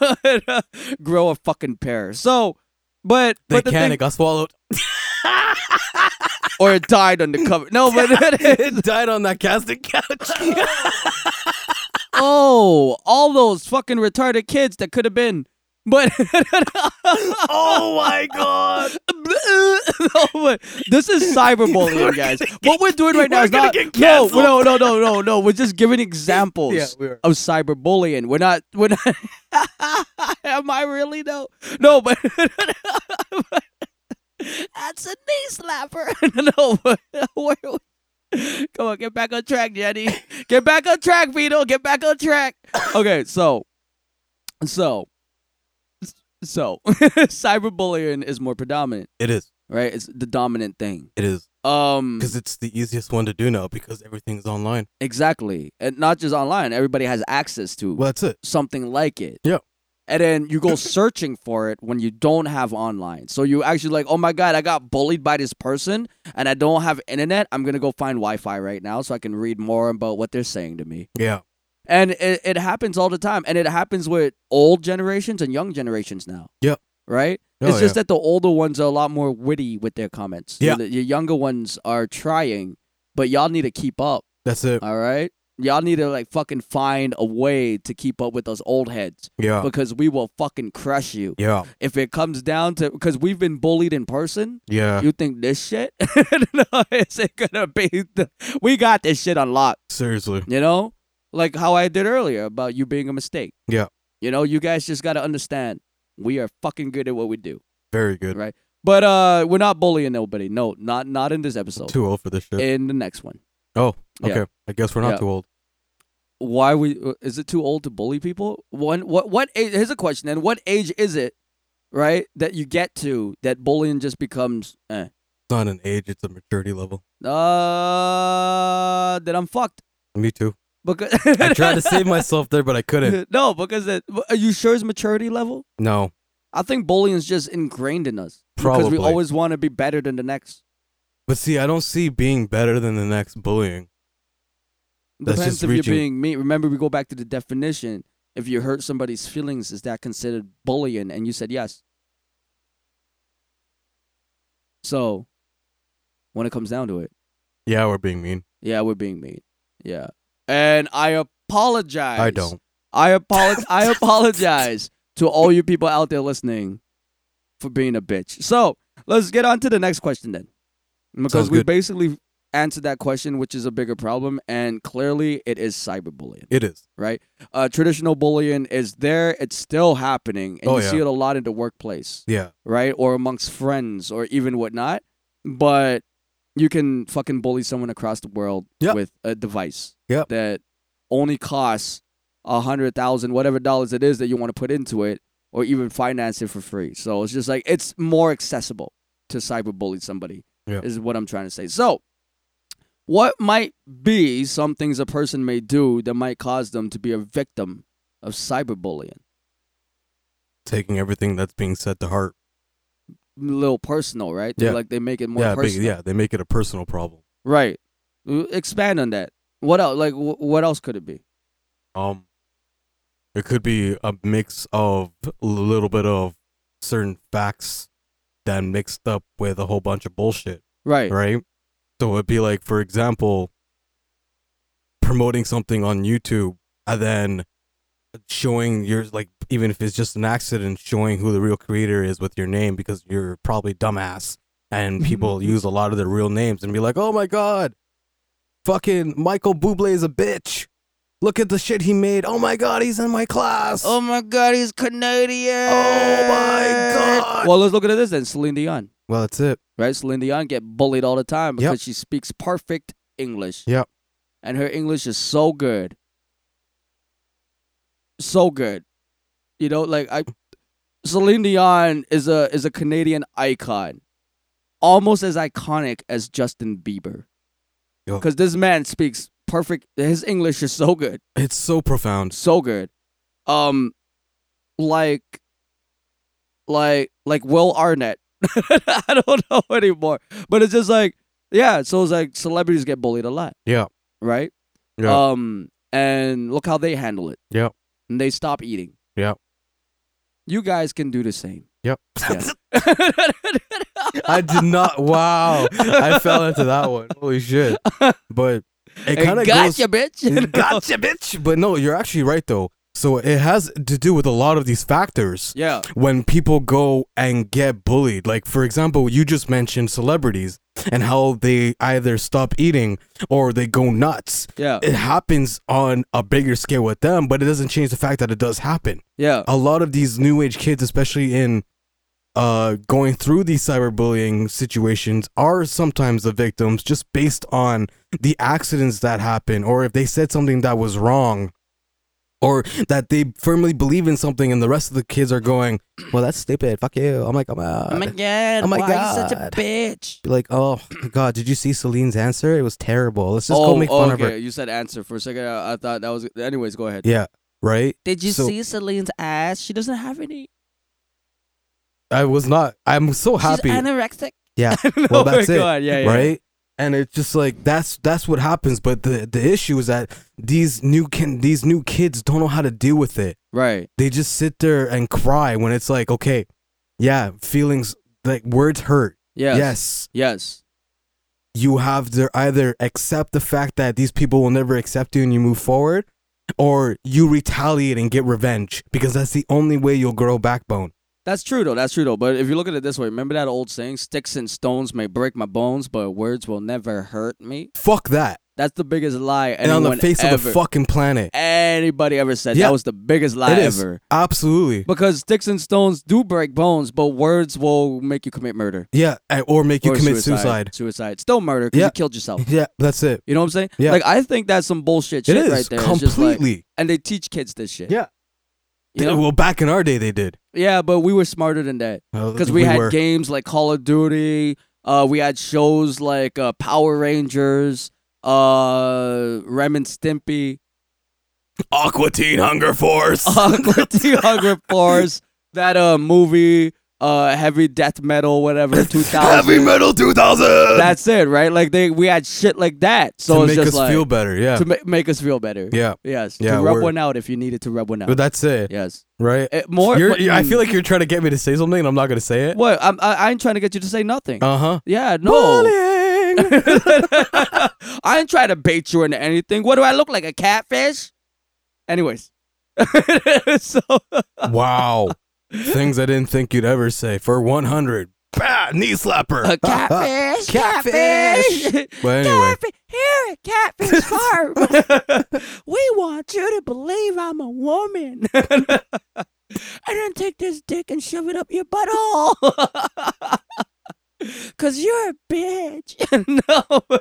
Speaker 1: grow a fucking pair. So, but
Speaker 2: They
Speaker 1: but the
Speaker 2: can.
Speaker 1: thing-
Speaker 2: It got swallowed.
Speaker 1: or it died on the cover. No, but
Speaker 5: it died on that casting couch.
Speaker 1: oh, all those fucking retarded kids that could have been. But
Speaker 5: oh, my God.
Speaker 1: No, but this is cyberbullying, guys. What we're doing right now
Speaker 5: we're
Speaker 1: is
Speaker 5: gonna
Speaker 1: not.
Speaker 5: get
Speaker 1: No,
Speaker 5: canceled.
Speaker 1: no, no, no, no, no. We're just giving examples
Speaker 2: Yeah, we are.
Speaker 1: of cyberbullying. We're not. We're not. Am I really though? No, but
Speaker 4: That's a knee slapper.
Speaker 1: no. But, where are we- Come on, get back on track, Jenny. Get back on track, Vito. Get back on track. Okay, so, so, so, cyberbullying is more predominant,
Speaker 2: It is.
Speaker 1: right? It's the dominant thing.
Speaker 2: It is.
Speaker 1: Um,
Speaker 2: Because it's the easiest one to do now because everything's online.
Speaker 1: Exactly. And not just online, everybody has access to
Speaker 2: Well, that's it.
Speaker 1: something like it.
Speaker 2: Yeah.
Speaker 1: And then you go searching for it when you don't have online. So you actually like, oh my God, I got bullied by this person and I don't have internet. I'm going to go find Wi Fi right now so I can read more about what they're saying to me.
Speaker 2: Yeah.
Speaker 1: And it, it happens all the time. And it happens with old generations and young generations now.
Speaker 2: Yep.
Speaker 1: Right?
Speaker 2: Oh,
Speaker 1: it's just
Speaker 2: yeah.
Speaker 1: that the older ones are a lot more witty with their comments.
Speaker 2: Yeah.
Speaker 1: The, your younger ones are trying, but y'all need to keep up.
Speaker 2: That's
Speaker 5: Uh,
Speaker 2: it.
Speaker 1: All right. Y'all need to like fucking find a way to keep up with those old heads
Speaker 2: Yeah.
Speaker 1: because we will fucking crush you.
Speaker 2: Yeah.
Speaker 1: If it comes down to because we've been bullied in person,
Speaker 2: Yeah.
Speaker 1: you think this shit? no, is it gonna be? The, we got this shit on lock.
Speaker 2: Seriously.
Speaker 1: You know, like how I did earlier about you being a mistake.
Speaker 2: Yeah.
Speaker 1: You know, you guys just gotta understand we are fucking good at what we do,
Speaker 2: Very good.
Speaker 1: right? But uh, we're not bullying nobody. No, not not in this episode.
Speaker 2: Too old for this shit.
Speaker 1: In the next one.
Speaker 2: oh,
Speaker 1: yeah.
Speaker 2: okay. I guess we're not
Speaker 1: Yeah.
Speaker 2: too old.
Speaker 1: why we uh, is it too old to bully people? One what what age, here's a question then what age is it, right, that you get to that bullying just becomes eh.
Speaker 2: It's not an age, it's a maturity level.
Speaker 1: Uh then I'm fucked.
Speaker 2: Me too.
Speaker 1: Because
Speaker 2: I tried to save myself there, but I couldn't.
Speaker 1: No, because it, are you sure it's maturity level?
Speaker 2: No.
Speaker 1: I think bullying's just ingrained in us. Because
Speaker 2: Probably.
Speaker 1: we always want to be better than the next.
Speaker 2: But see, I don't see being better than the next bullying. That's
Speaker 1: Depends
Speaker 2: just
Speaker 1: if
Speaker 2: reaching-
Speaker 1: you're being mean. Remember we go back to the definition. If you hurt somebody's feelings, is that considered bullying? And you said yes. So when it comes down to it,
Speaker 2: Yeah, we're being mean.
Speaker 1: yeah, we're being mean. Yeah. And I apologize.
Speaker 2: I don't.
Speaker 1: I apologize. I apologize to all you people out there listening for being a bitch. So let's get on to the next question then, because
Speaker 2: Sounds
Speaker 1: we
Speaker 2: good.
Speaker 1: basically answered that question, which is a bigger problem, and clearly it is cyberbullying,
Speaker 2: It is.
Speaker 1: right? Uh, traditional bullying is there; it's still happening, and
Speaker 2: Oh,
Speaker 1: you see
Speaker 2: yeah.
Speaker 1: it a lot in the workplace,
Speaker 2: Yeah.
Speaker 1: right, or amongst friends, or even whatnot. But you can fucking bully someone across the world
Speaker 2: Yep.
Speaker 1: with a device
Speaker 2: Yep.
Speaker 1: that only costs a hundred thousand, whatever dollars it is that you want to put into it, or even finance it for free. So it's just like it's more accessible to cyberbully somebody.
Speaker 2: Yeah.
Speaker 1: Is what I'm trying to say. So, what might be some things a person may do that might cause them to be a victim of cyberbullying?
Speaker 2: Taking everything that's being said to heart.
Speaker 1: A little personal, right? They,
Speaker 2: Yeah.
Speaker 1: Like they make it more
Speaker 2: yeah, big-
Speaker 1: personal.
Speaker 2: yeah, they make it a personal problem.
Speaker 1: Right. Uh, Expand on that. What else? Like, wh- what else could it be?
Speaker 2: Um, it could be a mix of a little bit of certain facts then mixed up with a whole bunch of bullshit,
Speaker 1: Right.
Speaker 2: right? So it'd be like, for example, promoting something on YouTube and then showing your like, even if it's just an accident, showing who the real creator is with your name because you're probably dumbass and people use a lot of their real names and be like, oh my god, fucking Michael Bublé is a bitch. Look at the shit he made. Oh my god, he's in my class.
Speaker 1: Oh my God, he's Canadian.
Speaker 2: Oh my God.
Speaker 1: Well, let's look at this then. Celine Dion,
Speaker 2: well, that's it.
Speaker 1: right? Celine Dion get bullied all the time
Speaker 2: Yep.
Speaker 1: because she speaks perfect English.
Speaker 2: Yep.
Speaker 1: And her English is so good, so good. You know, like I, Celine Dion is a is a Canadian icon, almost as iconic as Justin Bieber,
Speaker 2: Yo.
Speaker 1: because this man speaks perfect. His English is so good
Speaker 2: It's so profound.
Speaker 1: so good. Um, like, like, like Will Arnett. I don't know anymore, but it's just like, yeah. So it's like celebrities get bullied a lot.
Speaker 2: Yeah.
Speaker 1: Right.
Speaker 2: Yeah.
Speaker 1: Um, and look how they handle it.
Speaker 2: Yeah.
Speaker 1: And they stop eating.
Speaker 2: Yeah.
Speaker 1: You guys can do the same.
Speaker 2: Yep.
Speaker 1: Yeah.
Speaker 2: I did not. Wow, I fell into that one. Holy shit! But it kind of goes.
Speaker 1: gotcha, bitch.
Speaker 2: gotcha, bitch. But no, you're actually right though. So it has to do with a lot of these factors
Speaker 1: yeah.
Speaker 2: when people go and get bullied. Like for example, you just mentioned celebrities and how they either stop eating or they go nuts.
Speaker 1: Yeah.
Speaker 2: It happens on a bigger scale with them, but it doesn't change the fact that it does happen
Speaker 1: Yeah.
Speaker 2: a lot of these new age kids, especially in uh going through these cyberbullying situations, are sometimes the victims just based on the accidents that happen or if they said something that was wrong or that they firmly believe in something and the rest of the kids are going, Well that's stupid, fuck you. Oh my god.
Speaker 1: Oh my god.
Speaker 2: Oh my
Speaker 1: why are you such a
Speaker 2: God.
Speaker 1: bitch?
Speaker 2: like, oh my god, did you see Celine's answer? It was terrible. Let's just go make fun
Speaker 1: Oh, okay.
Speaker 2: of her.
Speaker 1: You said answer for a second. I, I thought that was. Anyways, go ahead.
Speaker 2: Yeah. Right?
Speaker 4: Did you
Speaker 2: So-
Speaker 4: see Celine's ass? She doesn't have any.
Speaker 2: I was not I'm so happy.
Speaker 4: She's anorexic.
Speaker 2: yeah.
Speaker 1: No,
Speaker 2: well that's
Speaker 1: go
Speaker 2: it
Speaker 1: ahead. Yeah, yeah,
Speaker 2: right and it's just like that's that's what happens but the the issue is that these new kin these new kids don't know how to deal with it
Speaker 1: Right.
Speaker 2: they just sit there and cry when it's like okay yeah feelings like words hurt
Speaker 1: Yes.
Speaker 2: yes
Speaker 1: Yes.
Speaker 2: you have to either accept the fact that these people will never accept you and you move forward or you retaliate and get revenge because that's the only way you'll grow backbone
Speaker 1: That's true though. That's true though. But if you look at it this way, remember that old saying: "Sticks and stones may break my bones, but words will never hurt me."
Speaker 2: fuck that
Speaker 1: That's the biggest lie
Speaker 2: and
Speaker 1: anyone
Speaker 2: on the face
Speaker 1: ever,
Speaker 2: of the fucking planet
Speaker 1: anybody ever said.
Speaker 2: Yeah.
Speaker 1: That was the biggest lie
Speaker 2: it is
Speaker 1: ever.
Speaker 2: absolutely
Speaker 1: Because sticks and stones do break bones, but words will make you commit murder.
Speaker 2: yeah and- or make you
Speaker 1: or
Speaker 2: commit suicide.
Speaker 1: suicide. Suicide. Still murder because
Speaker 2: Yeah.
Speaker 1: you killed yourself.
Speaker 2: Yeah, that's it.
Speaker 1: You know what I'm saying?
Speaker 2: Yeah.
Speaker 1: Like I think that's some bullshit shit
Speaker 2: it is
Speaker 1: right there. It's just like-
Speaker 2: completely.
Speaker 1: and they teach kids this shit.
Speaker 2: Yeah.
Speaker 1: You know?
Speaker 2: Well, back in our day, they did
Speaker 1: Yeah, but we were smarter than that. because we, had games like Call of Duty. Uh, we had shows like uh, Power Rangers, uh, Rem and Stimpy,
Speaker 2: Aqua Teen Hunger Force.
Speaker 1: Oh, uh, Hunger Force. That uh, movie, uh, heavy death metal, whatever, 2000.
Speaker 2: Heavy Metal 2000.
Speaker 1: That's it, right? Like they, we had shit like that. So
Speaker 2: to
Speaker 1: it's
Speaker 2: make
Speaker 1: just
Speaker 2: us
Speaker 1: like
Speaker 2: feel better. Yeah.
Speaker 1: to ma- make us feel better.
Speaker 2: Yeah.
Speaker 1: Yes.
Speaker 2: Yeah,
Speaker 1: to rub
Speaker 2: word.
Speaker 1: one out if you needed to rub one out.
Speaker 2: But that's it,
Speaker 1: yes.
Speaker 2: right?
Speaker 1: Eh, more.
Speaker 2: You're,
Speaker 1: but-
Speaker 2: you I
Speaker 1: mm.
Speaker 2: feel like you're trying to get me to say something, and I'm not gonna say it.
Speaker 1: What? I'm, I, I ain't trying to get you to say nothing.
Speaker 2: Uh huh.
Speaker 1: yeah. No. I ain't trying to bait you into anything. What do I look like? A catfish? Anyways. so
Speaker 2: wow. Things I didn't think you'd ever say for 100. Bah, knee slapper.
Speaker 1: a catfish.
Speaker 2: Catfish. but anyway,
Speaker 4: Catfish, hear it, catfish farm. we want you to believe I'm a woman. and then take this dick and shove it up your butthole. Cause you're a bitch.
Speaker 1: no.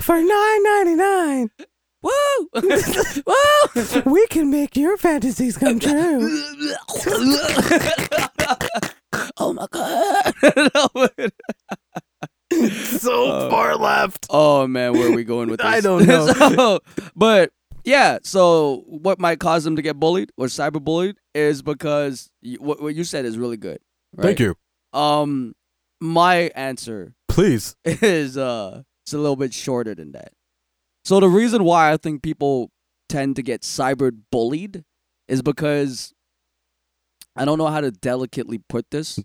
Speaker 5: For nine ninety nine,
Speaker 1: Woo. Woo.
Speaker 5: we can make your fantasies come true.
Speaker 4: oh my god.
Speaker 1: No.
Speaker 5: so far left.
Speaker 1: Oh man, where are we going with this?
Speaker 5: I don't know.
Speaker 1: So, but yeah, so what might cause them to get bullied or cyberbullied is because y what, what you said is really good. Right?
Speaker 2: thank you.
Speaker 1: Um, my answer
Speaker 2: Please.
Speaker 1: is uh, it's a little bit shorter than that. So the reason why I think people tend to get cyber bullied is because I don't know how to delicately put this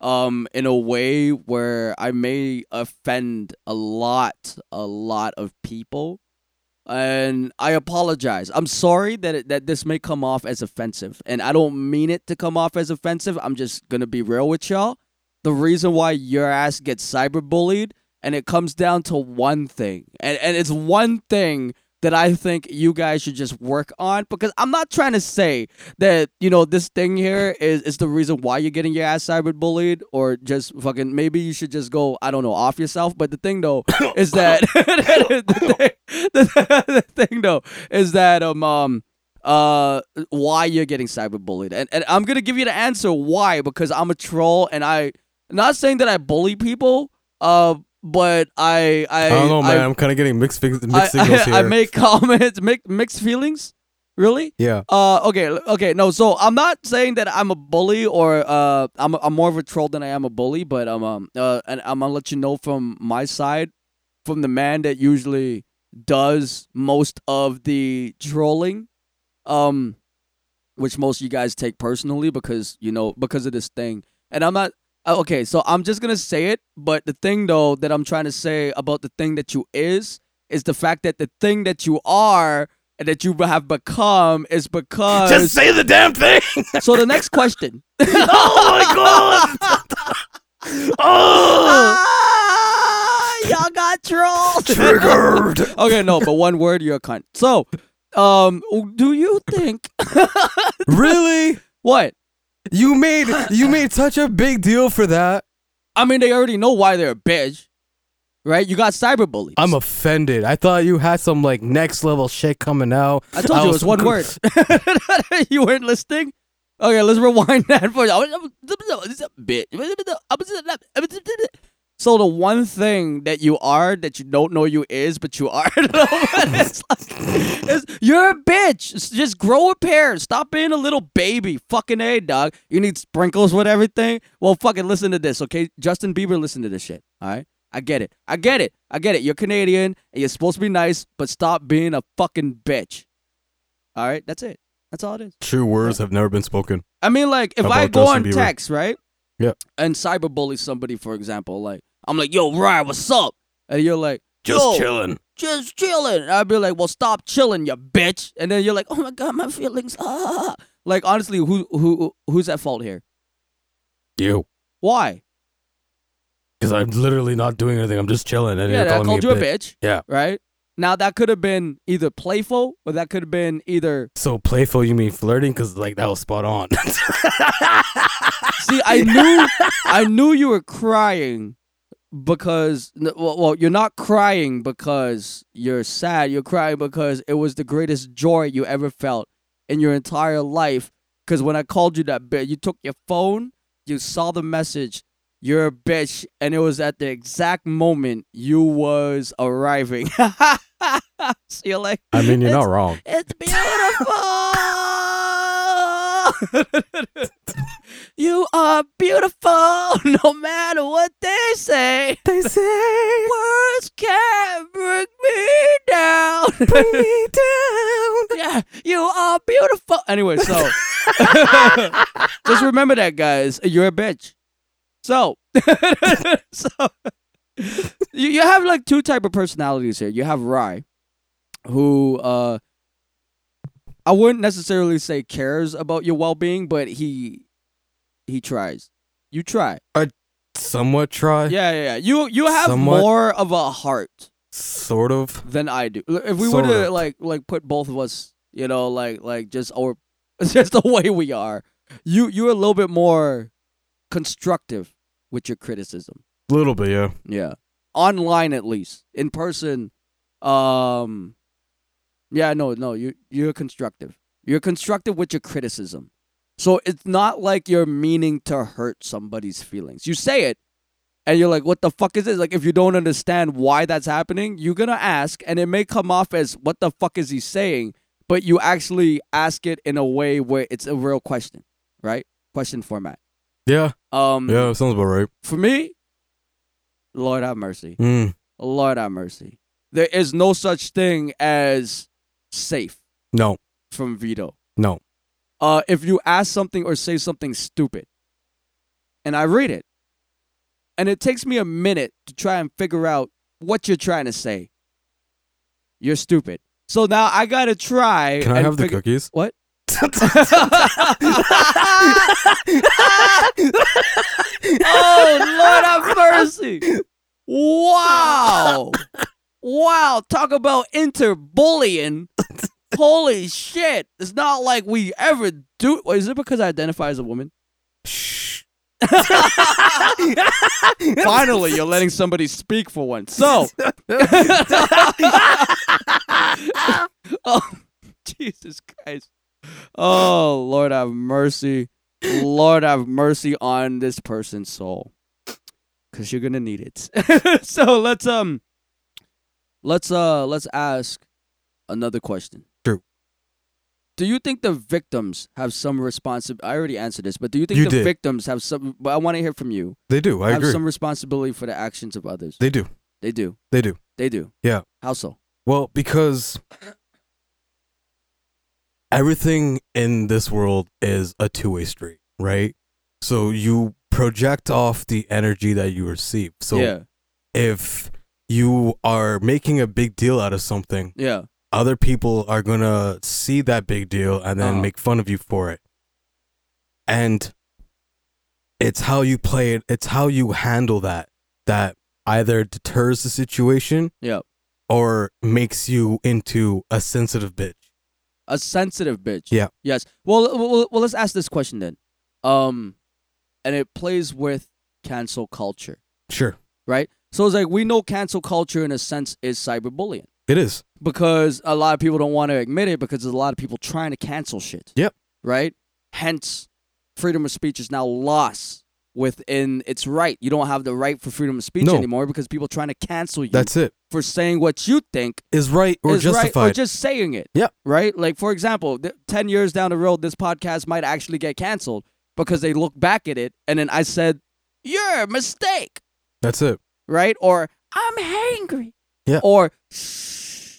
Speaker 1: um in a way where I may offend a lot a lot of people and I apologize. I'm sorry that it, that this may come off as offensive and I don't mean it to come off as offensive. I'm just going to be real with y'all. The reason why your ass gets cyberbullied and it comes down to one thing. And and it's one thing that I think you guys should just work on because I'm not trying to say that, you know, this thing here is, is the reason why you're getting your ass cyberbullied or just fucking maybe you should just go, I don't know, off yourself. But the thing though is that the, thing, the, the thing though is that um um uh why you're getting cyberbullied. And and I'm gonna give you the answer why, because I'm a troll and I not saying that I bully people, uh, but I I
Speaker 2: I don't know, man. I,
Speaker 1: I-
Speaker 2: am kind of getting mixed, fig- mixed
Speaker 1: I,
Speaker 2: signals here.
Speaker 1: I, I make comments, make mixed feelings. Really?
Speaker 2: yeah.
Speaker 1: Uh, okay, l- okay, no. So I'm not saying that I'm a bully or uh, I'm I'm more of a troll than I am a bully, but um, um uh, and I'm gonna let you know from my side, from the man that usually does most of the trolling, um, which most of you guys take personally because you know because of this thing, and I'm not. uh, Okay, so I'm just gonna say it, but the thing though that I'm trying to say about the thing that you is is the fact that the thing that you are and that you have become is
Speaker 2: Uh,
Speaker 1: because.
Speaker 5: Just say the damn thing.
Speaker 1: so the next question.
Speaker 5: oh my god. oh,
Speaker 4: Ah, y'all got trolled.
Speaker 5: triggered.
Speaker 1: Okay, no, but one word, you're a cunt. So, um, do you think
Speaker 2: really?
Speaker 1: what?
Speaker 2: You made you made such a big deal for that.
Speaker 1: I mean, they already know why they're a bitch, right? You got cyberbullied.
Speaker 2: I'm offended. I thought you had some like next level shit coming out.
Speaker 1: I told you it was one word. you weren't listening. Okay, let's rewind that for you. So the one thing that you are that you don't know you is, but you are. it's like, it's- you're a bitch. S- Just grow a pair. Stop being a little baby. Fucking a dog. You need sprinkles with everything. Well, fucking listen to this, okay? Justin Bieber, listen to this shit. All right. I get it. I get it. I get it. You're Canadian and you're supposed to be nice, but stop being a fucking bitch. All right, that's it. That's all it is.
Speaker 2: True words have never been spoken.
Speaker 1: I mean, like if I
Speaker 2: About
Speaker 1: go
Speaker 2: Justin
Speaker 1: on
Speaker 2: Bieber.
Speaker 1: text, right?
Speaker 2: Yeah.
Speaker 1: And cyberbully somebody, for example, like I'm like, "Yo, Ryan, what's up?" And you're like,
Speaker 5: Just
Speaker 1: "Yo,
Speaker 5: chilling.
Speaker 1: just chilling." And I'd be like, "Well, stop chilling, you bitch." And then you're like, "Oh my god, my feelings." Ah. Like honestly, who who who's at fault here?
Speaker 2: You.
Speaker 1: Why?
Speaker 2: Because I'm literally not doing anything. I'm just chilling. And
Speaker 1: yeah,
Speaker 2: you're
Speaker 1: I
Speaker 2: calling
Speaker 1: called
Speaker 2: me
Speaker 1: you a bitch.
Speaker 2: Yeah.
Speaker 1: Right. Now that could have been either playful, or that could have been either.
Speaker 2: So playful, you mean flirting? Because like that was spot on.
Speaker 1: See, I knew, I knew you were crying because n- well, well, you're not crying because you're sad. You're crying because it was the greatest joy you ever felt in your entire life. Because when I called you that bit, you took your phone, you saw the message, you're a bitch, and it was at the exact moment you was arriving. See you later.
Speaker 2: I mean, you're not wrong.
Speaker 4: It's beautiful.
Speaker 1: you
Speaker 4: You are beautiful, no matter what they say. They say words can't bring me down. Bring me down. yeah, you are beautiful.
Speaker 1: Anyway, so just remember that, guys. You're a bitch. So, so you, you have like two type of personalities here. You have Rye, who uh, I wouldn't necessarily say cares about your well being, but he he tries. You try.
Speaker 2: Somewhat try.
Speaker 1: Yeah, yeah, yeah. You you have
Speaker 2: Uh, Somewhat.
Speaker 1: more of a heart
Speaker 2: Sort of.
Speaker 1: than I do. L- If we were
Speaker 2: Sort
Speaker 1: to
Speaker 2: of.
Speaker 1: like like put both of us, you know, like like just or just the way we are, you you're a little bit more constructive with your criticism.
Speaker 2: Little bit, yeah.
Speaker 1: Yeah. Online at least. In person, um Yeah, no, no, you you're constructive. You're constructive with your criticism. So it's not like you're meaning to hurt somebody's feelings. You say it and you're like, what the fuck is this? Like if you don't understand why that's happening, you're gonna ask and it may come off as what the fuck is he saying, but you actually ask it in a way where it's a real question, right? Question format.
Speaker 2: Yeah.
Speaker 1: Um
Speaker 2: Yeah, sounds about right.
Speaker 1: for me, Lord have mercy.
Speaker 2: Mm.
Speaker 1: Lord have mercy. There is no such thing as safe
Speaker 2: No.
Speaker 1: from veto.
Speaker 2: No.
Speaker 1: Uh, if you ask something or say something stupid, and I read it, and it takes me a minute to try and figure out what you're trying to say, you're stupid. So now I gotta try.
Speaker 2: Can I
Speaker 1: and
Speaker 2: have the
Speaker 1: figure-
Speaker 2: cookies?
Speaker 1: What? oh Lord have mercy! Wow, wow! Talk about interbullying. Holy shit! It's not like we ever do. Wait, is it because I identify as a woman? Finally, you're letting somebody speak for once. So, oh, Jesus Christ! Oh Lord, have mercy! Lord, have mercy on this person's soul, because you're gonna need it. so let's um, let's uh, let's ask another question.
Speaker 2: True.
Speaker 1: Do you think the victims have some responsibility? I already answered this, but do you think
Speaker 2: You
Speaker 1: the
Speaker 2: did.
Speaker 1: victims have some? But I want to hear from you.
Speaker 2: They do. I
Speaker 1: have
Speaker 2: agree.
Speaker 1: some responsibility for the actions of others.
Speaker 2: They do.
Speaker 1: They do.
Speaker 2: They do.
Speaker 1: They do.
Speaker 2: Yeah.
Speaker 1: How so?
Speaker 2: Well, because everything in this world is a two way street, right? So you project off the energy that you receive. So
Speaker 1: yeah.
Speaker 2: if you are making a big deal out of something,
Speaker 1: Yeah.
Speaker 2: other people are going to see that big deal and then
Speaker 1: Uh-huh.
Speaker 2: make fun of you for it. And it's how you play it, it's how you handle that that either deters the situation
Speaker 1: Yeah.
Speaker 2: or makes you into a sensitive bitch.
Speaker 1: A sensitive bitch.
Speaker 2: Yeah.
Speaker 1: Yes. Well, well, well, let's ask this question then. Um, and it plays with cancel culture,
Speaker 2: Sure.
Speaker 1: right? So it's like we know cancel culture in a sense is cyberbullying
Speaker 2: It is.
Speaker 1: because a lot of people don't want to admit it because there's a lot of people trying to cancel shit.
Speaker 2: Yep.
Speaker 1: Right. Hence, freedom of speech is now lost within its right. You don't have the right for freedom of speech
Speaker 2: No.
Speaker 1: anymore because people trying to cancel you
Speaker 2: That's it.
Speaker 1: for saying what you think
Speaker 2: Is right or
Speaker 1: is
Speaker 2: justified.
Speaker 1: right, or just saying it.
Speaker 2: Yep.
Speaker 1: Right. Like for example, th- ten years down the road, this podcast might actually get canceled because they look back at it and then I said, "You're a mistake,"
Speaker 2: That's it.
Speaker 1: right? Or
Speaker 4: I'm hangry.
Speaker 1: or "Shh."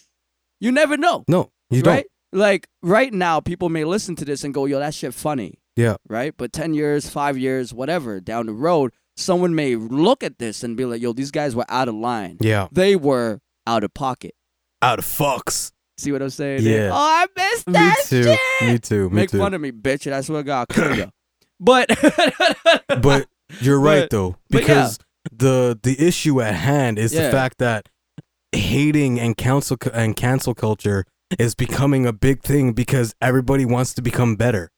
Speaker 1: you never know,
Speaker 2: No, you
Speaker 1: right? Like right now, people may listen to this and go, "Yo, that shit funny."
Speaker 2: Yeah.
Speaker 1: Right. But ten years, five years, whatever down the road, someone may look at this and be like, "Yo, these guys were out of line.
Speaker 2: don't. Yeah.
Speaker 1: They were out of pocket."
Speaker 2: Out of fucks.
Speaker 1: See what I'm saying?
Speaker 2: Yeah.
Speaker 1: Oh, I missed
Speaker 2: Me
Speaker 1: that
Speaker 2: too.
Speaker 1: shit.
Speaker 2: Me too. Me
Speaker 1: Make
Speaker 2: too.
Speaker 1: fun of me, bitch, and I swear to God, I'll kill you. But
Speaker 2: but you're right
Speaker 1: But-
Speaker 2: though
Speaker 1: but yeah.
Speaker 2: because the the issue at hand is
Speaker 1: Yeah.
Speaker 2: the fact that hating and council cu- and cancel culture is becoming a big thing because everybody wants to become better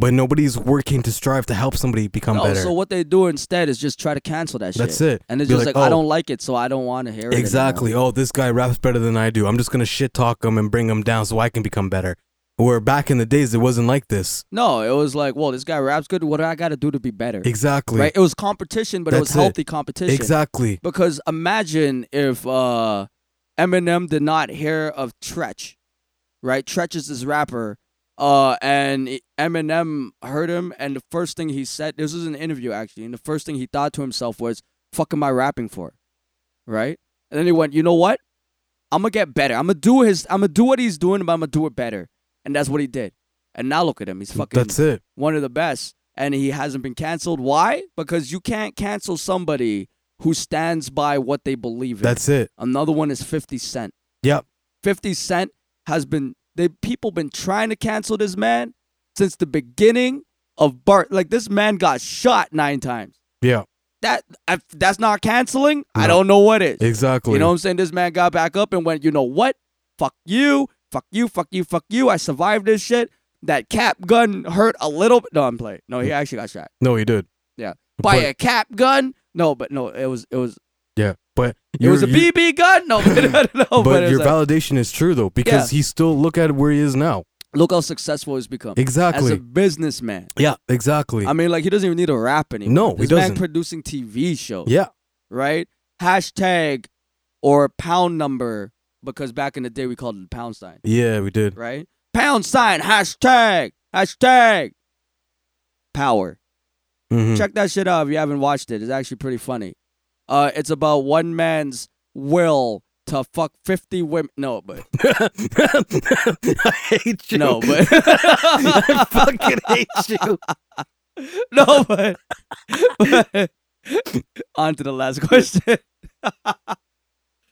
Speaker 2: but nobody's working to strive to help somebody become
Speaker 1: no,
Speaker 2: better
Speaker 1: Oh, so what they do instead is just try to cancel that shit.
Speaker 2: that's it
Speaker 1: And it's
Speaker 2: Be
Speaker 1: just like,
Speaker 2: like,
Speaker 1: I
Speaker 2: "Oh."
Speaker 1: don't like it, so I don't want to hear it. anymore."
Speaker 2: exactly oh this guy raps better than i do i'm just gonna shit talk him and bring him down so i can become better where back in the days it wasn't like this
Speaker 1: No, it was like, well, this guy raps good. What do I got to do to be better?
Speaker 2: exactly
Speaker 1: Right? It was competition, but it was
Speaker 2: That's it.
Speaker 1: healthy competition.
Speaker 2: exactly
Speaker 1: Because imagine if uh, Eminem did not hear of Tretch, right? Tretch is this rapper Uh, and he- Eminem heard him, and the first thing he said, this was an interview actually, and the first thing he thought to himself was, "Fuck am I rapping for?" Right? And then he went, "You know what? I'm gonna get better. I'm gonna do his. I'm gonna do what he's doing, but I'm gonna do it better." And that's what he did. And now look at him. He's fucking
Speaker 2: That's it.
Speaker 1: one of the best, and he hasn't been canceled. Why? Because you can't cancel somebody who stands by what they believe in.
Speaker 2: That's it.
Speaker 1: Another one is 50 Cent.
Speaker 2: Yep.
Speaker 1: 50 Cent has been they people been trying to cancel this man since the beginning of Bart. Like this man got shot 9 times.
Speaker 2: Yeah.
Speaker 1: That if that's not canceling. I
Speaker 2: No.
Speaker 1: don't know what is.
Speaker 2: Exactly.
Speaker 1: You know what I'm saying? This man got back up and went, "You know what? Fuck you. Fuck you. Fuck you. Fuck you. I survived this shit. That cap gun hurt a little bit. No, I'm playing. No, he actually got shot.
Speaker 2: no, he did.
Speaker 1: Yeah. By
Speaker 2: But-
Speaker 1: a cap gun? No, but no, it was it was
Speaker 2: Yeah. But
Speaker 1: it was a
Speaker 2: you're- you-
Speaker 1: BB gun. No, but, no,
Speaker 2: But,
Speaker 1: but it was
Speaker 2: your
Speaker 1: a-
Speaker 2: validation is true though, because he still look at where he is now.
Speaker 1: look how successful he's become. As
Speaker 2: Exactly.
Speaker 1: a businessman.
Speaker 2: yeah. Exactly.
Speaker 1: I mean, like he doesn't even need to rap anymore.
Speaker 2: No, he
Speaker 1: This man
Speaker 2: doesn't.
Speaker 1: producing TV shows.
Speaker 2: yeah.
Speaker 1: Right? Hashtag or pound number because back in the day we called it pound sign.
Speaker 2: Yeah, we did.
Speaker 1: Right? Pound sign hashtag hashtag power.
Speaker 2: Mhm.
Speaker 1: Check that shit out if you haven't watched it. It's actually pretty funny. Uh, it's about one man's will to fuck fifty women. No, but
Speaker 5: I hate you.
Speaker 1: no, but
Speaker 5: I fucking hate you.
Speaker 1: No, but, but on to the last question.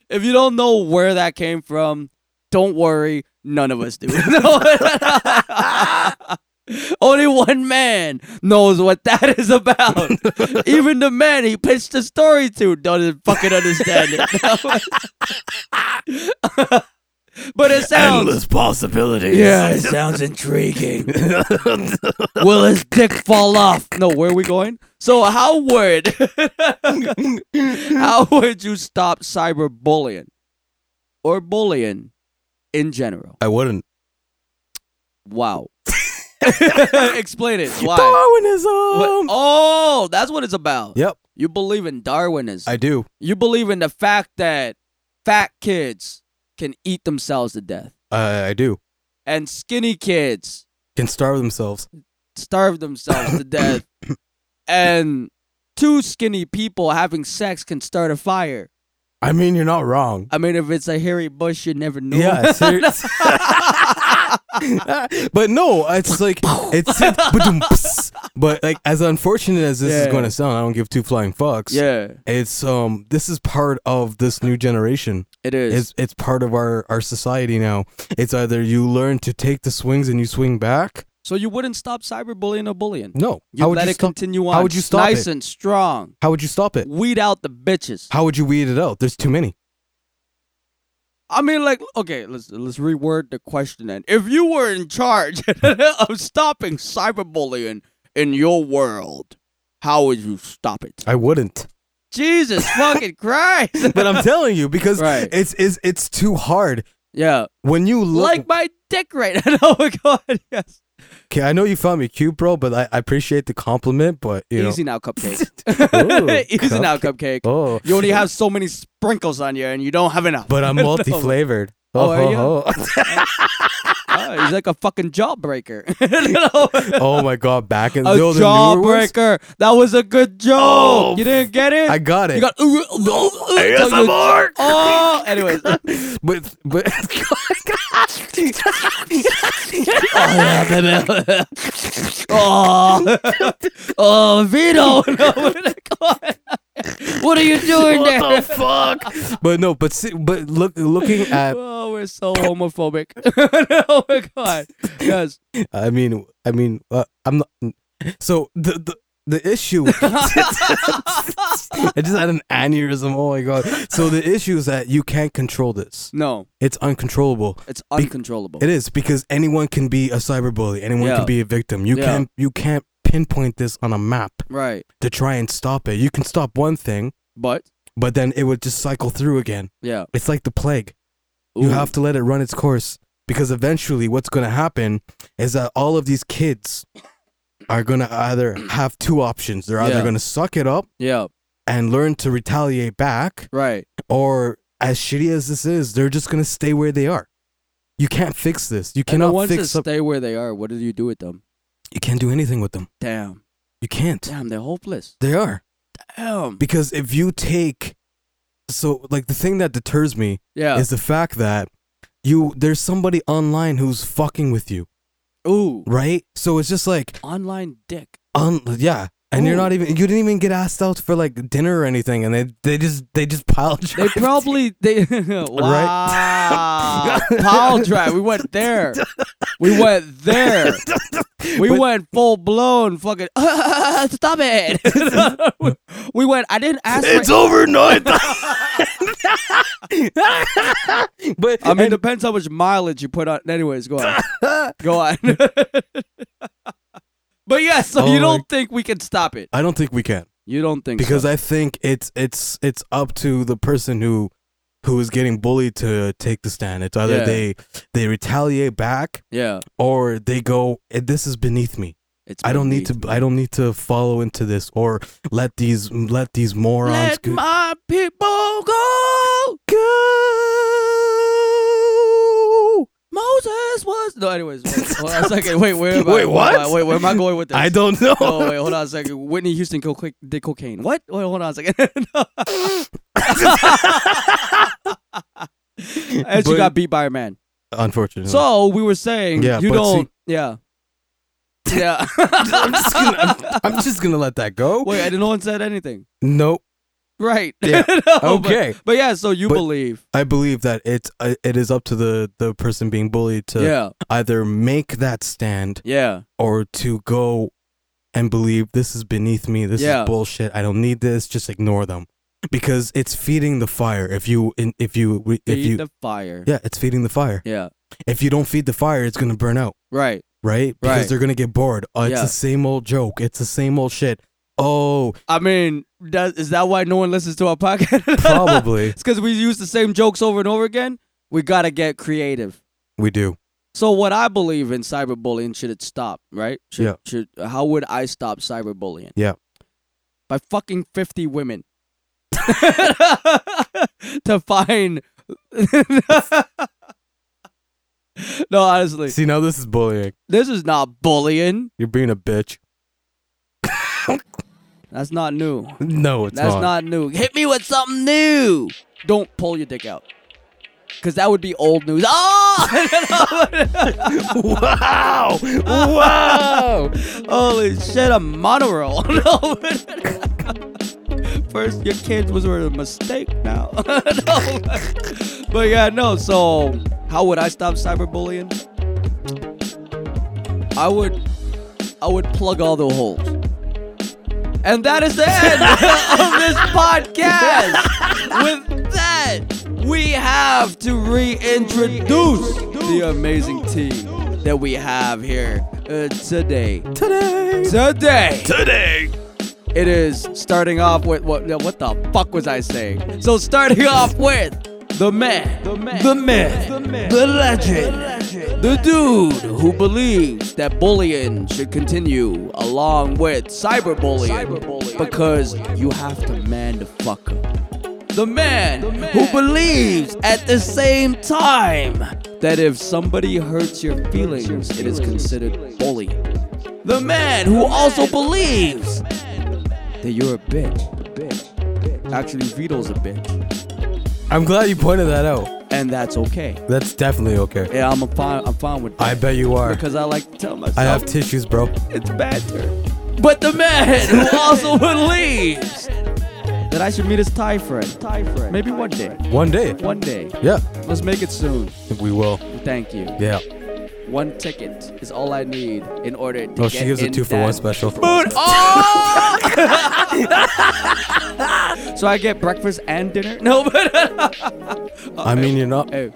Speaker 1: if you don't know where that came from, don't worry. None of us do. No. Only one man knows what that is about. Even the man he pitched the story to doesn't fucking understand it. but it sounds
Speaker 5: Endless possibilities.
Speaker 1: yeah, it sounds intriguing. Will his dick fall off? No, where are we going? So how would how would you stop cyberbullying or bullying in general?
Speaker 2: I wouldn't.
Speaker 1: Wow. Explain it. Why?
Speaker 2: Darwinism.
Speaker 1: What- Oh, that's what it's about.
Speaker 2: Yep,
Speaker 1: You believe in Darwinism.
Speaker 2: I do.
Speaker 1: you believe in the fact that fat kids can eat themselves to death
Speaker 2: I I do.
Speaker 1: and skinny kids
Speaker 2: Can starve themselves.
Speaker 1: starve themselves to death, and two skinny people having sex can start a fire.
Speaker 2: I mean, you're not wrong.
Speaker 1: I mean, if it's a hairy bush, you never know.
Speaker 2: Yeah, serious. but no, it's like it's ba-dum, pss. but like as unfortunate as this
Speaker 1: Yeah.
Speaker 2: is going to sound, I don't give two flying fucks.
Speaker 1: yeah,
Speaker 2: It's um this is part of this new generation.
Speaker 1: it is.
Speaker 2: It's it's part of our our society now. It's either you learn to take the swings and you swing back.
Speaker 1: so you wouldn't stop cyberbullying or bullying.
Speaker 2: No.
Speaker 1: You
Speaker 2: how would
Speaker 1: let
Speaker 2: you
Speaker 1: it
Speaker 2: stop
Speaker 1: continue on.
Speaker 2: How would you stop
Speaker 1: Nice
Speaker 2: it?
Speaker 1: and strong.
Speaker 2: How would you stop it?
Speaker 1: Weed out the bitches.
Speaker 2: How would you weed it out? There's too many.
Speaker 1: I mean, like, okay, let's let's reword the question then. If you were in charge of stopping cyberbullying in your world, how would you stop it?
Speaker 2: I wouldn't.
Speaker 1: Jesus fucking Christ!
Speaker 2: but I'm telling you because
Speaker 1: Right.
Speaker 2: it's it's it's too hard
Speaker 1: yeah.
Speaker 2: when you look.
Speaker 1: like my dick right now. oh my god, yes.
Speaker 2: okay, I know you found me cute, bro, but I, I appreciate the compliment, but you
Speaker 1: Easy now, cupcake.
Speaker 2: Ooh,
Speaker 1: Easy now, cupcake.
Speaker 2: know, oh,
Speaker 1: You only have so many sprinkles on you, and you don't have enough.
Speaker 2: but I'm multi-flavored.
Speaker 1: Oh,
Speaker 2: Oh,
Speaker 1: are you?
Speaker 2: oh,
Speaker 1: Oh, he's like a fucking jawbreaker. No.
Speaker 2: oh. Oh my god, back in
Speaker 1: a
Speaker 2: yo, the newer ones,
Speaker 1: jawbreaker. That was a good joke.
Speaker 5: Oh,
Speaker 1: you didn't get it.
Speaker 2: I got
Speaker 1: you
Speaker 2: it,
Speaker 1: got.
Speaker 5: ASMR.
Speaker 1: Oh, anyways.
Speaker 2: but but
Speaker 1: Oh, oh, Vito. No, what- what are you doing there?
Speaker 5: What the fuck?
Speaker 2: but no, but see, but look, looking at,
Speaker 1: oh, we're so homophobic. oh my god. Yes.
Speaker 2: I mean, I mean, uh, I'm not. So the the the issue. I just had an aneurysm. Oh my god! So the issue is that you can't control this.
Speaker 1: No,
Speaker 2: It's uncontrollable.
Speaker 1: it's uncontrollable.
Speaker 2: It is because anyone can be a cyberbully. Anyone
Speaker 1: Yeah.
Speaker 2: can be a victim. You
Speaker 1: Yeah.
Speaker 2: can't you can't pinpoint this on a map
Speaker 1: Right.
Speaker 2: to try and stop it. You can stop one thing,
Speaker 1: But
Speaker 2: but then it would just cycle through again.
Speaker 1: yeah.
Speaker 2: It's like the plague.
Speaker 1: Ooh.
Speaker 2: You have to let it run its course because eventually what's going to happen is that all of these kids are going to either have two options. They're either
Speaker 1: Yeah.
Speaker 2: going to suck it up
Speaker 1: Yeah.
Speaker 2: and learn to retaliate back
Speaker 1: Right.
Speaker 2: or as shitty as this is, they're just going to stay where they are. You can't fix this. You
Speaker 1: And the
Speaker 2: cannot
Speaker 1: ones
Speaker 2: fix
Speaker 1: that
Speaker 2: up.
Speaker 1: stay where they are, what do you do with them?
Speaker 2: You can't do anything with them.
Speaker 1: Damn.
Speaker 2: You can't.
Speaker 1: Damn, they're hopeless.
Speaker 2: They are.
Speaker 1: Damn.
Speaker 2: Because if you take so like the thing that deters me
Speaker 1: Yeah.
Speaker 2: is the fact that you there's somebody online who's fucking with you,
Speaker 1: Ooh.
Speaker 2: right? So it's just like
Speaker 1: Online dick.
Speaker 2: un yeah. And you're
Speaker 1: Ooh.
Speaker 2: not even you didn't even get asked out for like dinner or anything and they they just they just piled
Speaker 1: They
Speaker 2: drive.
Speaker 1: probably they wow. Pile drive. We went there. We went there. We
Speaker 2: But-
Speaker 1: went full blown fucking stop it. we went I didn't ask
Speaker 5: It's
Speaker 1: for
Speaker 5: over 9,000.
Speaker 2: but
Speaker 1: I mean it depends how much mileage you put on anyways, go on. go on. but yeah, so
Speaker 2: Oh
Speaker 1: you
Speaker 2: my-
Speaker 1: don't think we can stop it.
Speaker 2: I don't think we can
Speaker 1: You don't think
Speaker 2: because
Speaker 1: so.
Speaker 2: I think it's it's it's up to the person who who is getting bullied to take the stand. It's either
Speaker 1: Yeah.
Speaker 2: they they retaliate back
Speaker 1: Yeah.
Speaker 2: or they go "Eh, this is beneath me.
Speaker 1: It's
Speaker 2: I don't need
Speaker 1: beneath
Speaker 2: to.
Speaker 1: me.
Speaker 2: I don't need to follow into this or let these let these morons.
Speaker 1: Let
Speaker 2: go-
Speaker 1: my people go. Moses was no. Anyways, wait, hold on a second. Wait, where? Am I,
Speaker 5: Wait, what?
Speaker 1: hold on, Wait, where am I going with this?
Speaker 2: I don't know.
Speaker 1: Oh wait, hold on a second. Whitney Houston co- quick, did cocaine. What? Wait, hold on a second. No. and she
Speaker 2: But-
Speaker 1: got beat by a man.
Speaker 2: Unfortunately,
Speaker 1: So we were saying,
Speaker 2: Yeah,
Speaker 1: you
Speaker 2: but see-
Speaker 1: don't, yeah, yeah.
Speaker 2: I'm just gonna. I'm- I'm just gonna let that go.
Speaker 1: wait, and no one said anything.
Speaker 2: Nope.
Speaker 1: Right.
Speaker 2: Yeah.
Speaker 1: No, but-
Speaker 2: Okay.
Speaker 1: But, yeah, so you
Speaker 2: But-
Speaker 1: believe,
Speaker 2: I believe that it's uh, it is up to the the person being bullied to
Speaker 1: yeah,
Speaker 2: either make that stand
Speaker 1: yeah,
Speaker 2: or to go and believe this is beneath me. This
Speaker 1: Yeah.
Speaker 2: is bullshit. I don't need this. Just ignore them because it's feeding the fire. If you if you if
Speaker 1: feed
Speaker 2: you
Speaker 1: the fire.
Speaker 2: yeah, it's feeding the fire.
Speaker 1: yeah.
Speaker 2: If you don't feed the fire, it's gonna burn out.
Speaker 1: Right.
Speaker 2: right? Because
Speaker 1: Right.
Speaker 2: they're gonna get bored. Oh, it's
Speaker 1: Yeah.
Speaker 2: the same old joke. It's the same old shit. Oh,
Speaker 1: I mean, does, is that why no one listens to our podcast?
Speaker 2: probably
Speaker 1: it's because we use the same jokes over and over again. We gotta get creative.
Speaker 2: we do.
Speaker 1: So what I believe in cyberbullying should it stop? Right? Should,
Speaker 2: Yeah.
Speaker 1: Should how would I stop cyberbullying?
Speaker 2: Yeah.
Speaker 1: By fucking fifty women. to find. no, honestly,
Speaker 2: See, now this is bullying.
Speaker 1: this is not bullying.
Speaker 2: You're being a bitch.
Speaker 1: That's not new.
Speaker 2: No, it's
Speaker 1: That's not new. Hit me with something new. Don't pull your dick out. Cause that would be old news. Oh!
Speaker 5: Wow. Wow.
Speaker 1: Holy shit, a monorail. No. First, your kids was were a mistake now. No. But yeah, no. So, how would I stop cyberbullying? I would, I would plug all the holes. And that is the end of this podcast. With that, we have to reintroduce the amazing team that we have here uh, today. Today. Today.
Speaker 5: Today.
Speaker 1: It is starting off with what? What the fuck was I saying? So starting off with the man, the man, the myth, the, legend, the dude who believes that bullying should continue along with cyberbullying, because you have to man the fuck up the man, who believes at the same time that if somebody hurts your feelings, it is considered bullying. The man who also believes that you're a bitch. Actually, Vito's a bitch,
Speaker 2: I'm glad you pointed that out.
Speaker 1: and that's okay.
Speaker 2: That's definitely okay.
Speaker 1: Yeah, I'm a fine. I'm fine with
Speaker 2: I
Speaker 1: that
Speaker 2: bet you are.
Speaker 1: because I like to tell myself
Speaker 2: I have tissues, bro.
Speaker 1: it's banter. But the man who also believes that I should meet his Thai friend. Thai friend. Maybe one day.
Speaker 2: One day.
Speaker 1: One day.
Speaker 2: Yeah,
Speaker 1: Let's make it soon.
Speaker 2: we will.
Speaker 1: Thank you.
Speaker 2: Yeah.
Speaker 1: One ticket is all I need in order to
Speaker 2: Oh,
Speaker 1: get
Speaker 2: she gives a
Speaker 1: in
Speaker 2: two for
Speaker 1: that
Speaker 2: one special.
Speaker 1: Food. Oh! so I get breakfast and dinner? No, but
Speaker 2: I mean, you're not.
Speaker 1: Hey.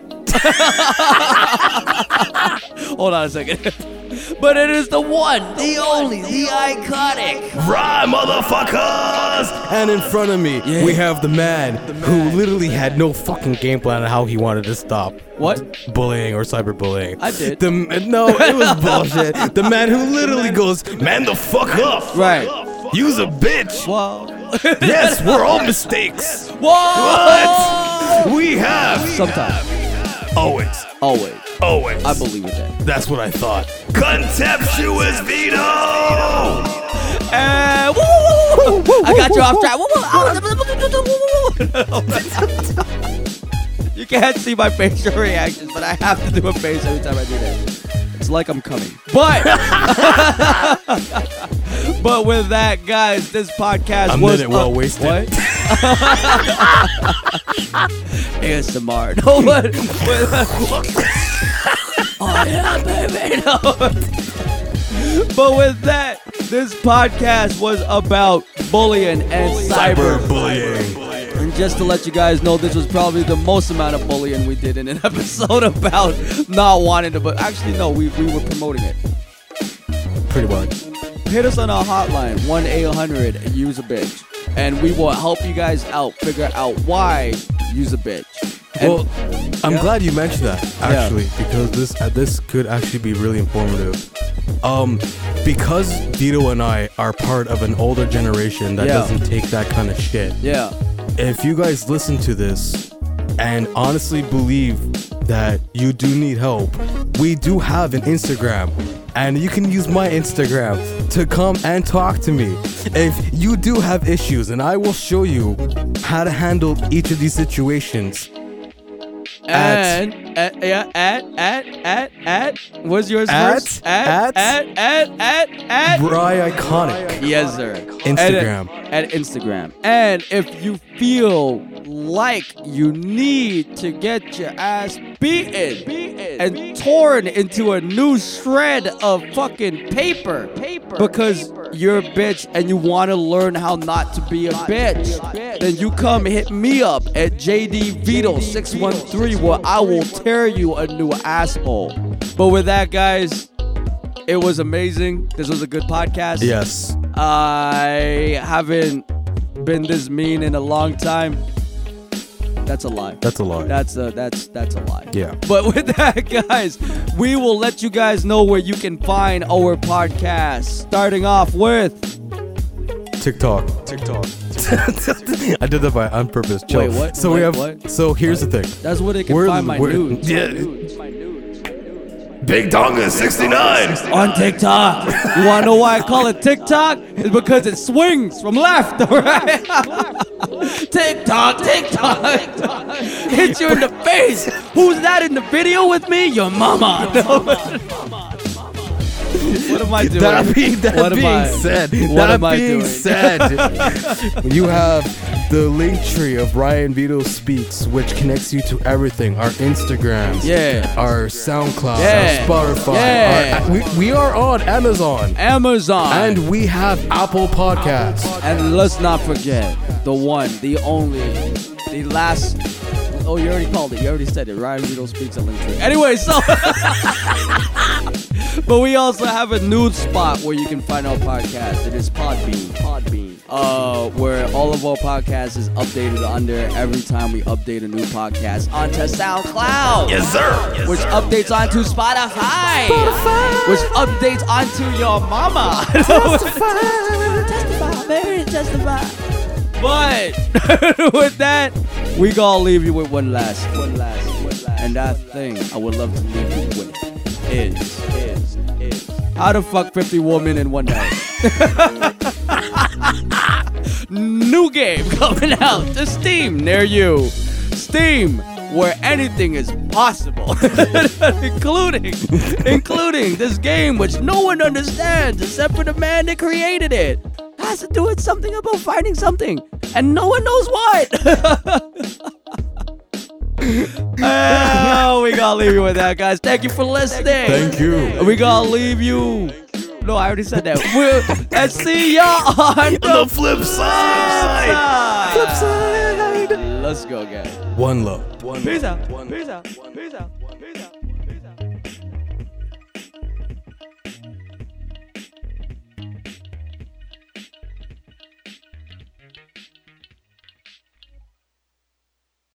Speaker 1: Hold on a second. but it is the one, the only, the iconic.
Speaker 5: Rye, motherfuckers.
Speaker 2: And in front of me, we have the man, who literally had no fucking game plan on how he wanted to stop.
Speaker 1: What?
Speaker 2: bullying or cyberbullying.
Speaker 1: I did.
Speaker 2: The, no, it was bullshit. The man who literally goes,
Speaker 5: Man the fuck up.
Speaker 1: Right.
Speaker 5: Use a bitch.
Speaker 1: Whoa.
Speaker 5: Yes, we're all mistakes.
Speaker 1: Whoa!
Speaker 5: We have
Speaker 1: Sometimes.
Speaker 5: always
Speaker 1: Always.
Speaker 5: Owens.
Speaker 1: I believe in that.
Speaker 2: That's what I thought.
Speaker 5: Contemptuous Vito!
Speaker 1: Uh, woo, woo, woo, woo, woo, I got you off track. Woo, woo, ah, woo, woo, woo, woo, woo. you can't see my facial reactions, but I have to do a face every time I do that. It's like I'm coming. But but with that, guys, this podcast
Speaker 2: I'm
Speaker 1: was
Speaker 2: in it well
Speaker 1: a-
Speaker 2: wasted.
Speaker 1: What? ASMR. No, what? what- oh yeah, baby. No. But with that, this podcast was about bullying and cyber.
Speaker 2: Cyberbullying.
Speaker 1: And just to let you guys know, this was probably the most amount of bullying we did in an episode about not wanting to. But actually, no, we, we were promoting it.
Speaker 2: Pretty much.
Speaker 1: Hit us on our hotline, 1 800 use a bitch. And we will help you guys out figure out why use a bitch. And
Speaker 2: Well, I'm
Speaker 1: Yeah.
Speaker 2: glad you mentioned that actually because this uh, this could actually be really informative. Um, because Vito and I are part of an older generation that
Speaker 1: Yeah.
Speaker 2: doesn't take that kind of shit.
Speaker 1: yeah,
Speaker 2: If you guys listen to this and honestly believe that you do need help, we do have an Instagram. And you can use my Instagram to come and talk to me if you do have issues, and I will show you how to handle each of these situations. At-
Speaker 1: and at, yeah, at at at at was yours
Speaker 2: At-
Speaker 1: first? At at
Speaker 2: at-
Speaker 1: at at at.
Speaker 2: Bry Iconic.
Speaker 1: Yes, sir.
Speaker 2: Instagram.
Speaker 1: At, at Instagram. And if you feel like you need to get your ass beaten, and torn into a new shred of fucking paper, paper because you're a bitch and you want to learn how not to be a bitch, then you come hit me up at JD Vito 613 where I will tear you a new asshole. But with that, guys, it was amazing. This was a good podcast.
Speaker 2: Yes.
Speaker 1: I haven't been this mean in a long time. That's a lie.
Speaker 2: That's a lie.
Speaker 1: That's a that's that's a lie.
Speaker 2: Yeah.
Speaker 1: But with that, guys, we will let you guys know where you can find our podcast. Starting off with
Speaker 2: TikTok. TikTok. I did that by on purpose. Chill.
Speaker 1: Wait, what?
Speaker 2: So
Speaker 1: Wait,
Speaker 2: we have.
Speaker 1: what?
Speaker 2: So here's the thing.
Speaker 1: that's where they can
Speaker 2: We're-
Speaker 1: find my
Speaker 2: we're-
Speaker 1: nudes.
Speaker 5: yeah.
Speaker 1: My nudes, my nudes, my nudes.
Speaker 5: Big Donga 69!
Speaker 1: On TikTok. You wanna know why I call it TikTok? It's because it swings from left to right. TikTok, TikTok. Hit you in the face. Who's that in the video with me? Your mama. No. What am I doing?
Speaker 2: That being that
Speaker 1: What am
Speaker 2: being
Speaker 1: I-
Speaker 2: said,
Speaker 1: what
Speaker 2: that
Speaker 1: am I
Speaker 2: being
Speaker 1: doing?
Speaker 2: said, you have the link tree of Ryan Vito speaks, which connects you to everything: our Instagrams,
Speaker 1: Yeah.
Speaker 2: our SoundCloud,
Speaker 1: Yeah.
Speaker 2: our Spotify.
Speaker 1: Yeah.
Speaker 2: our- we, we are on Amazon,
Speaker 1: Amazon.
Speaker 2: and we have Apple Podcasts.
Speaker 1: And let's not forget the one, the only, the last. Oh, you already called it. You already said it. Ryan Vito speaks on LinkedIn. Anyway, so. but we also have a nude spot where you can find our podcast. It is Podbean. Podbean. Uh, where all of our podcasts is updated under every time we update a new podcast onto SoundCloud
Speaker 5: Yes, sir!
Speaker 1: which updates onto Spotify, which updates onto your mama. But with that, we gonna leave you with one last, one last, one last, and that thing I would love to leave you with is, is, is how to fuck 50 women in one night. New game coming out to Steam near you. Steam, where anything is possible, including, including this game which no one understands except for the man that created it. Has to do with something about finding something, and no one knows what. oh, we gotta leave you with that, guys. Thank you for listening.
Speaker 2: Thank you.
Speaker 1: We gotta leave you. No, I already said that. We'll, and see y'all on
Speaker 5: On
Speaker 1: the
Speaker 5: the flip side!
Speaker 1: flip side. Let's go, guys.
Speaker 2: One love.
Speaker 1: Peace out. Peace out. Peace out. Peace out.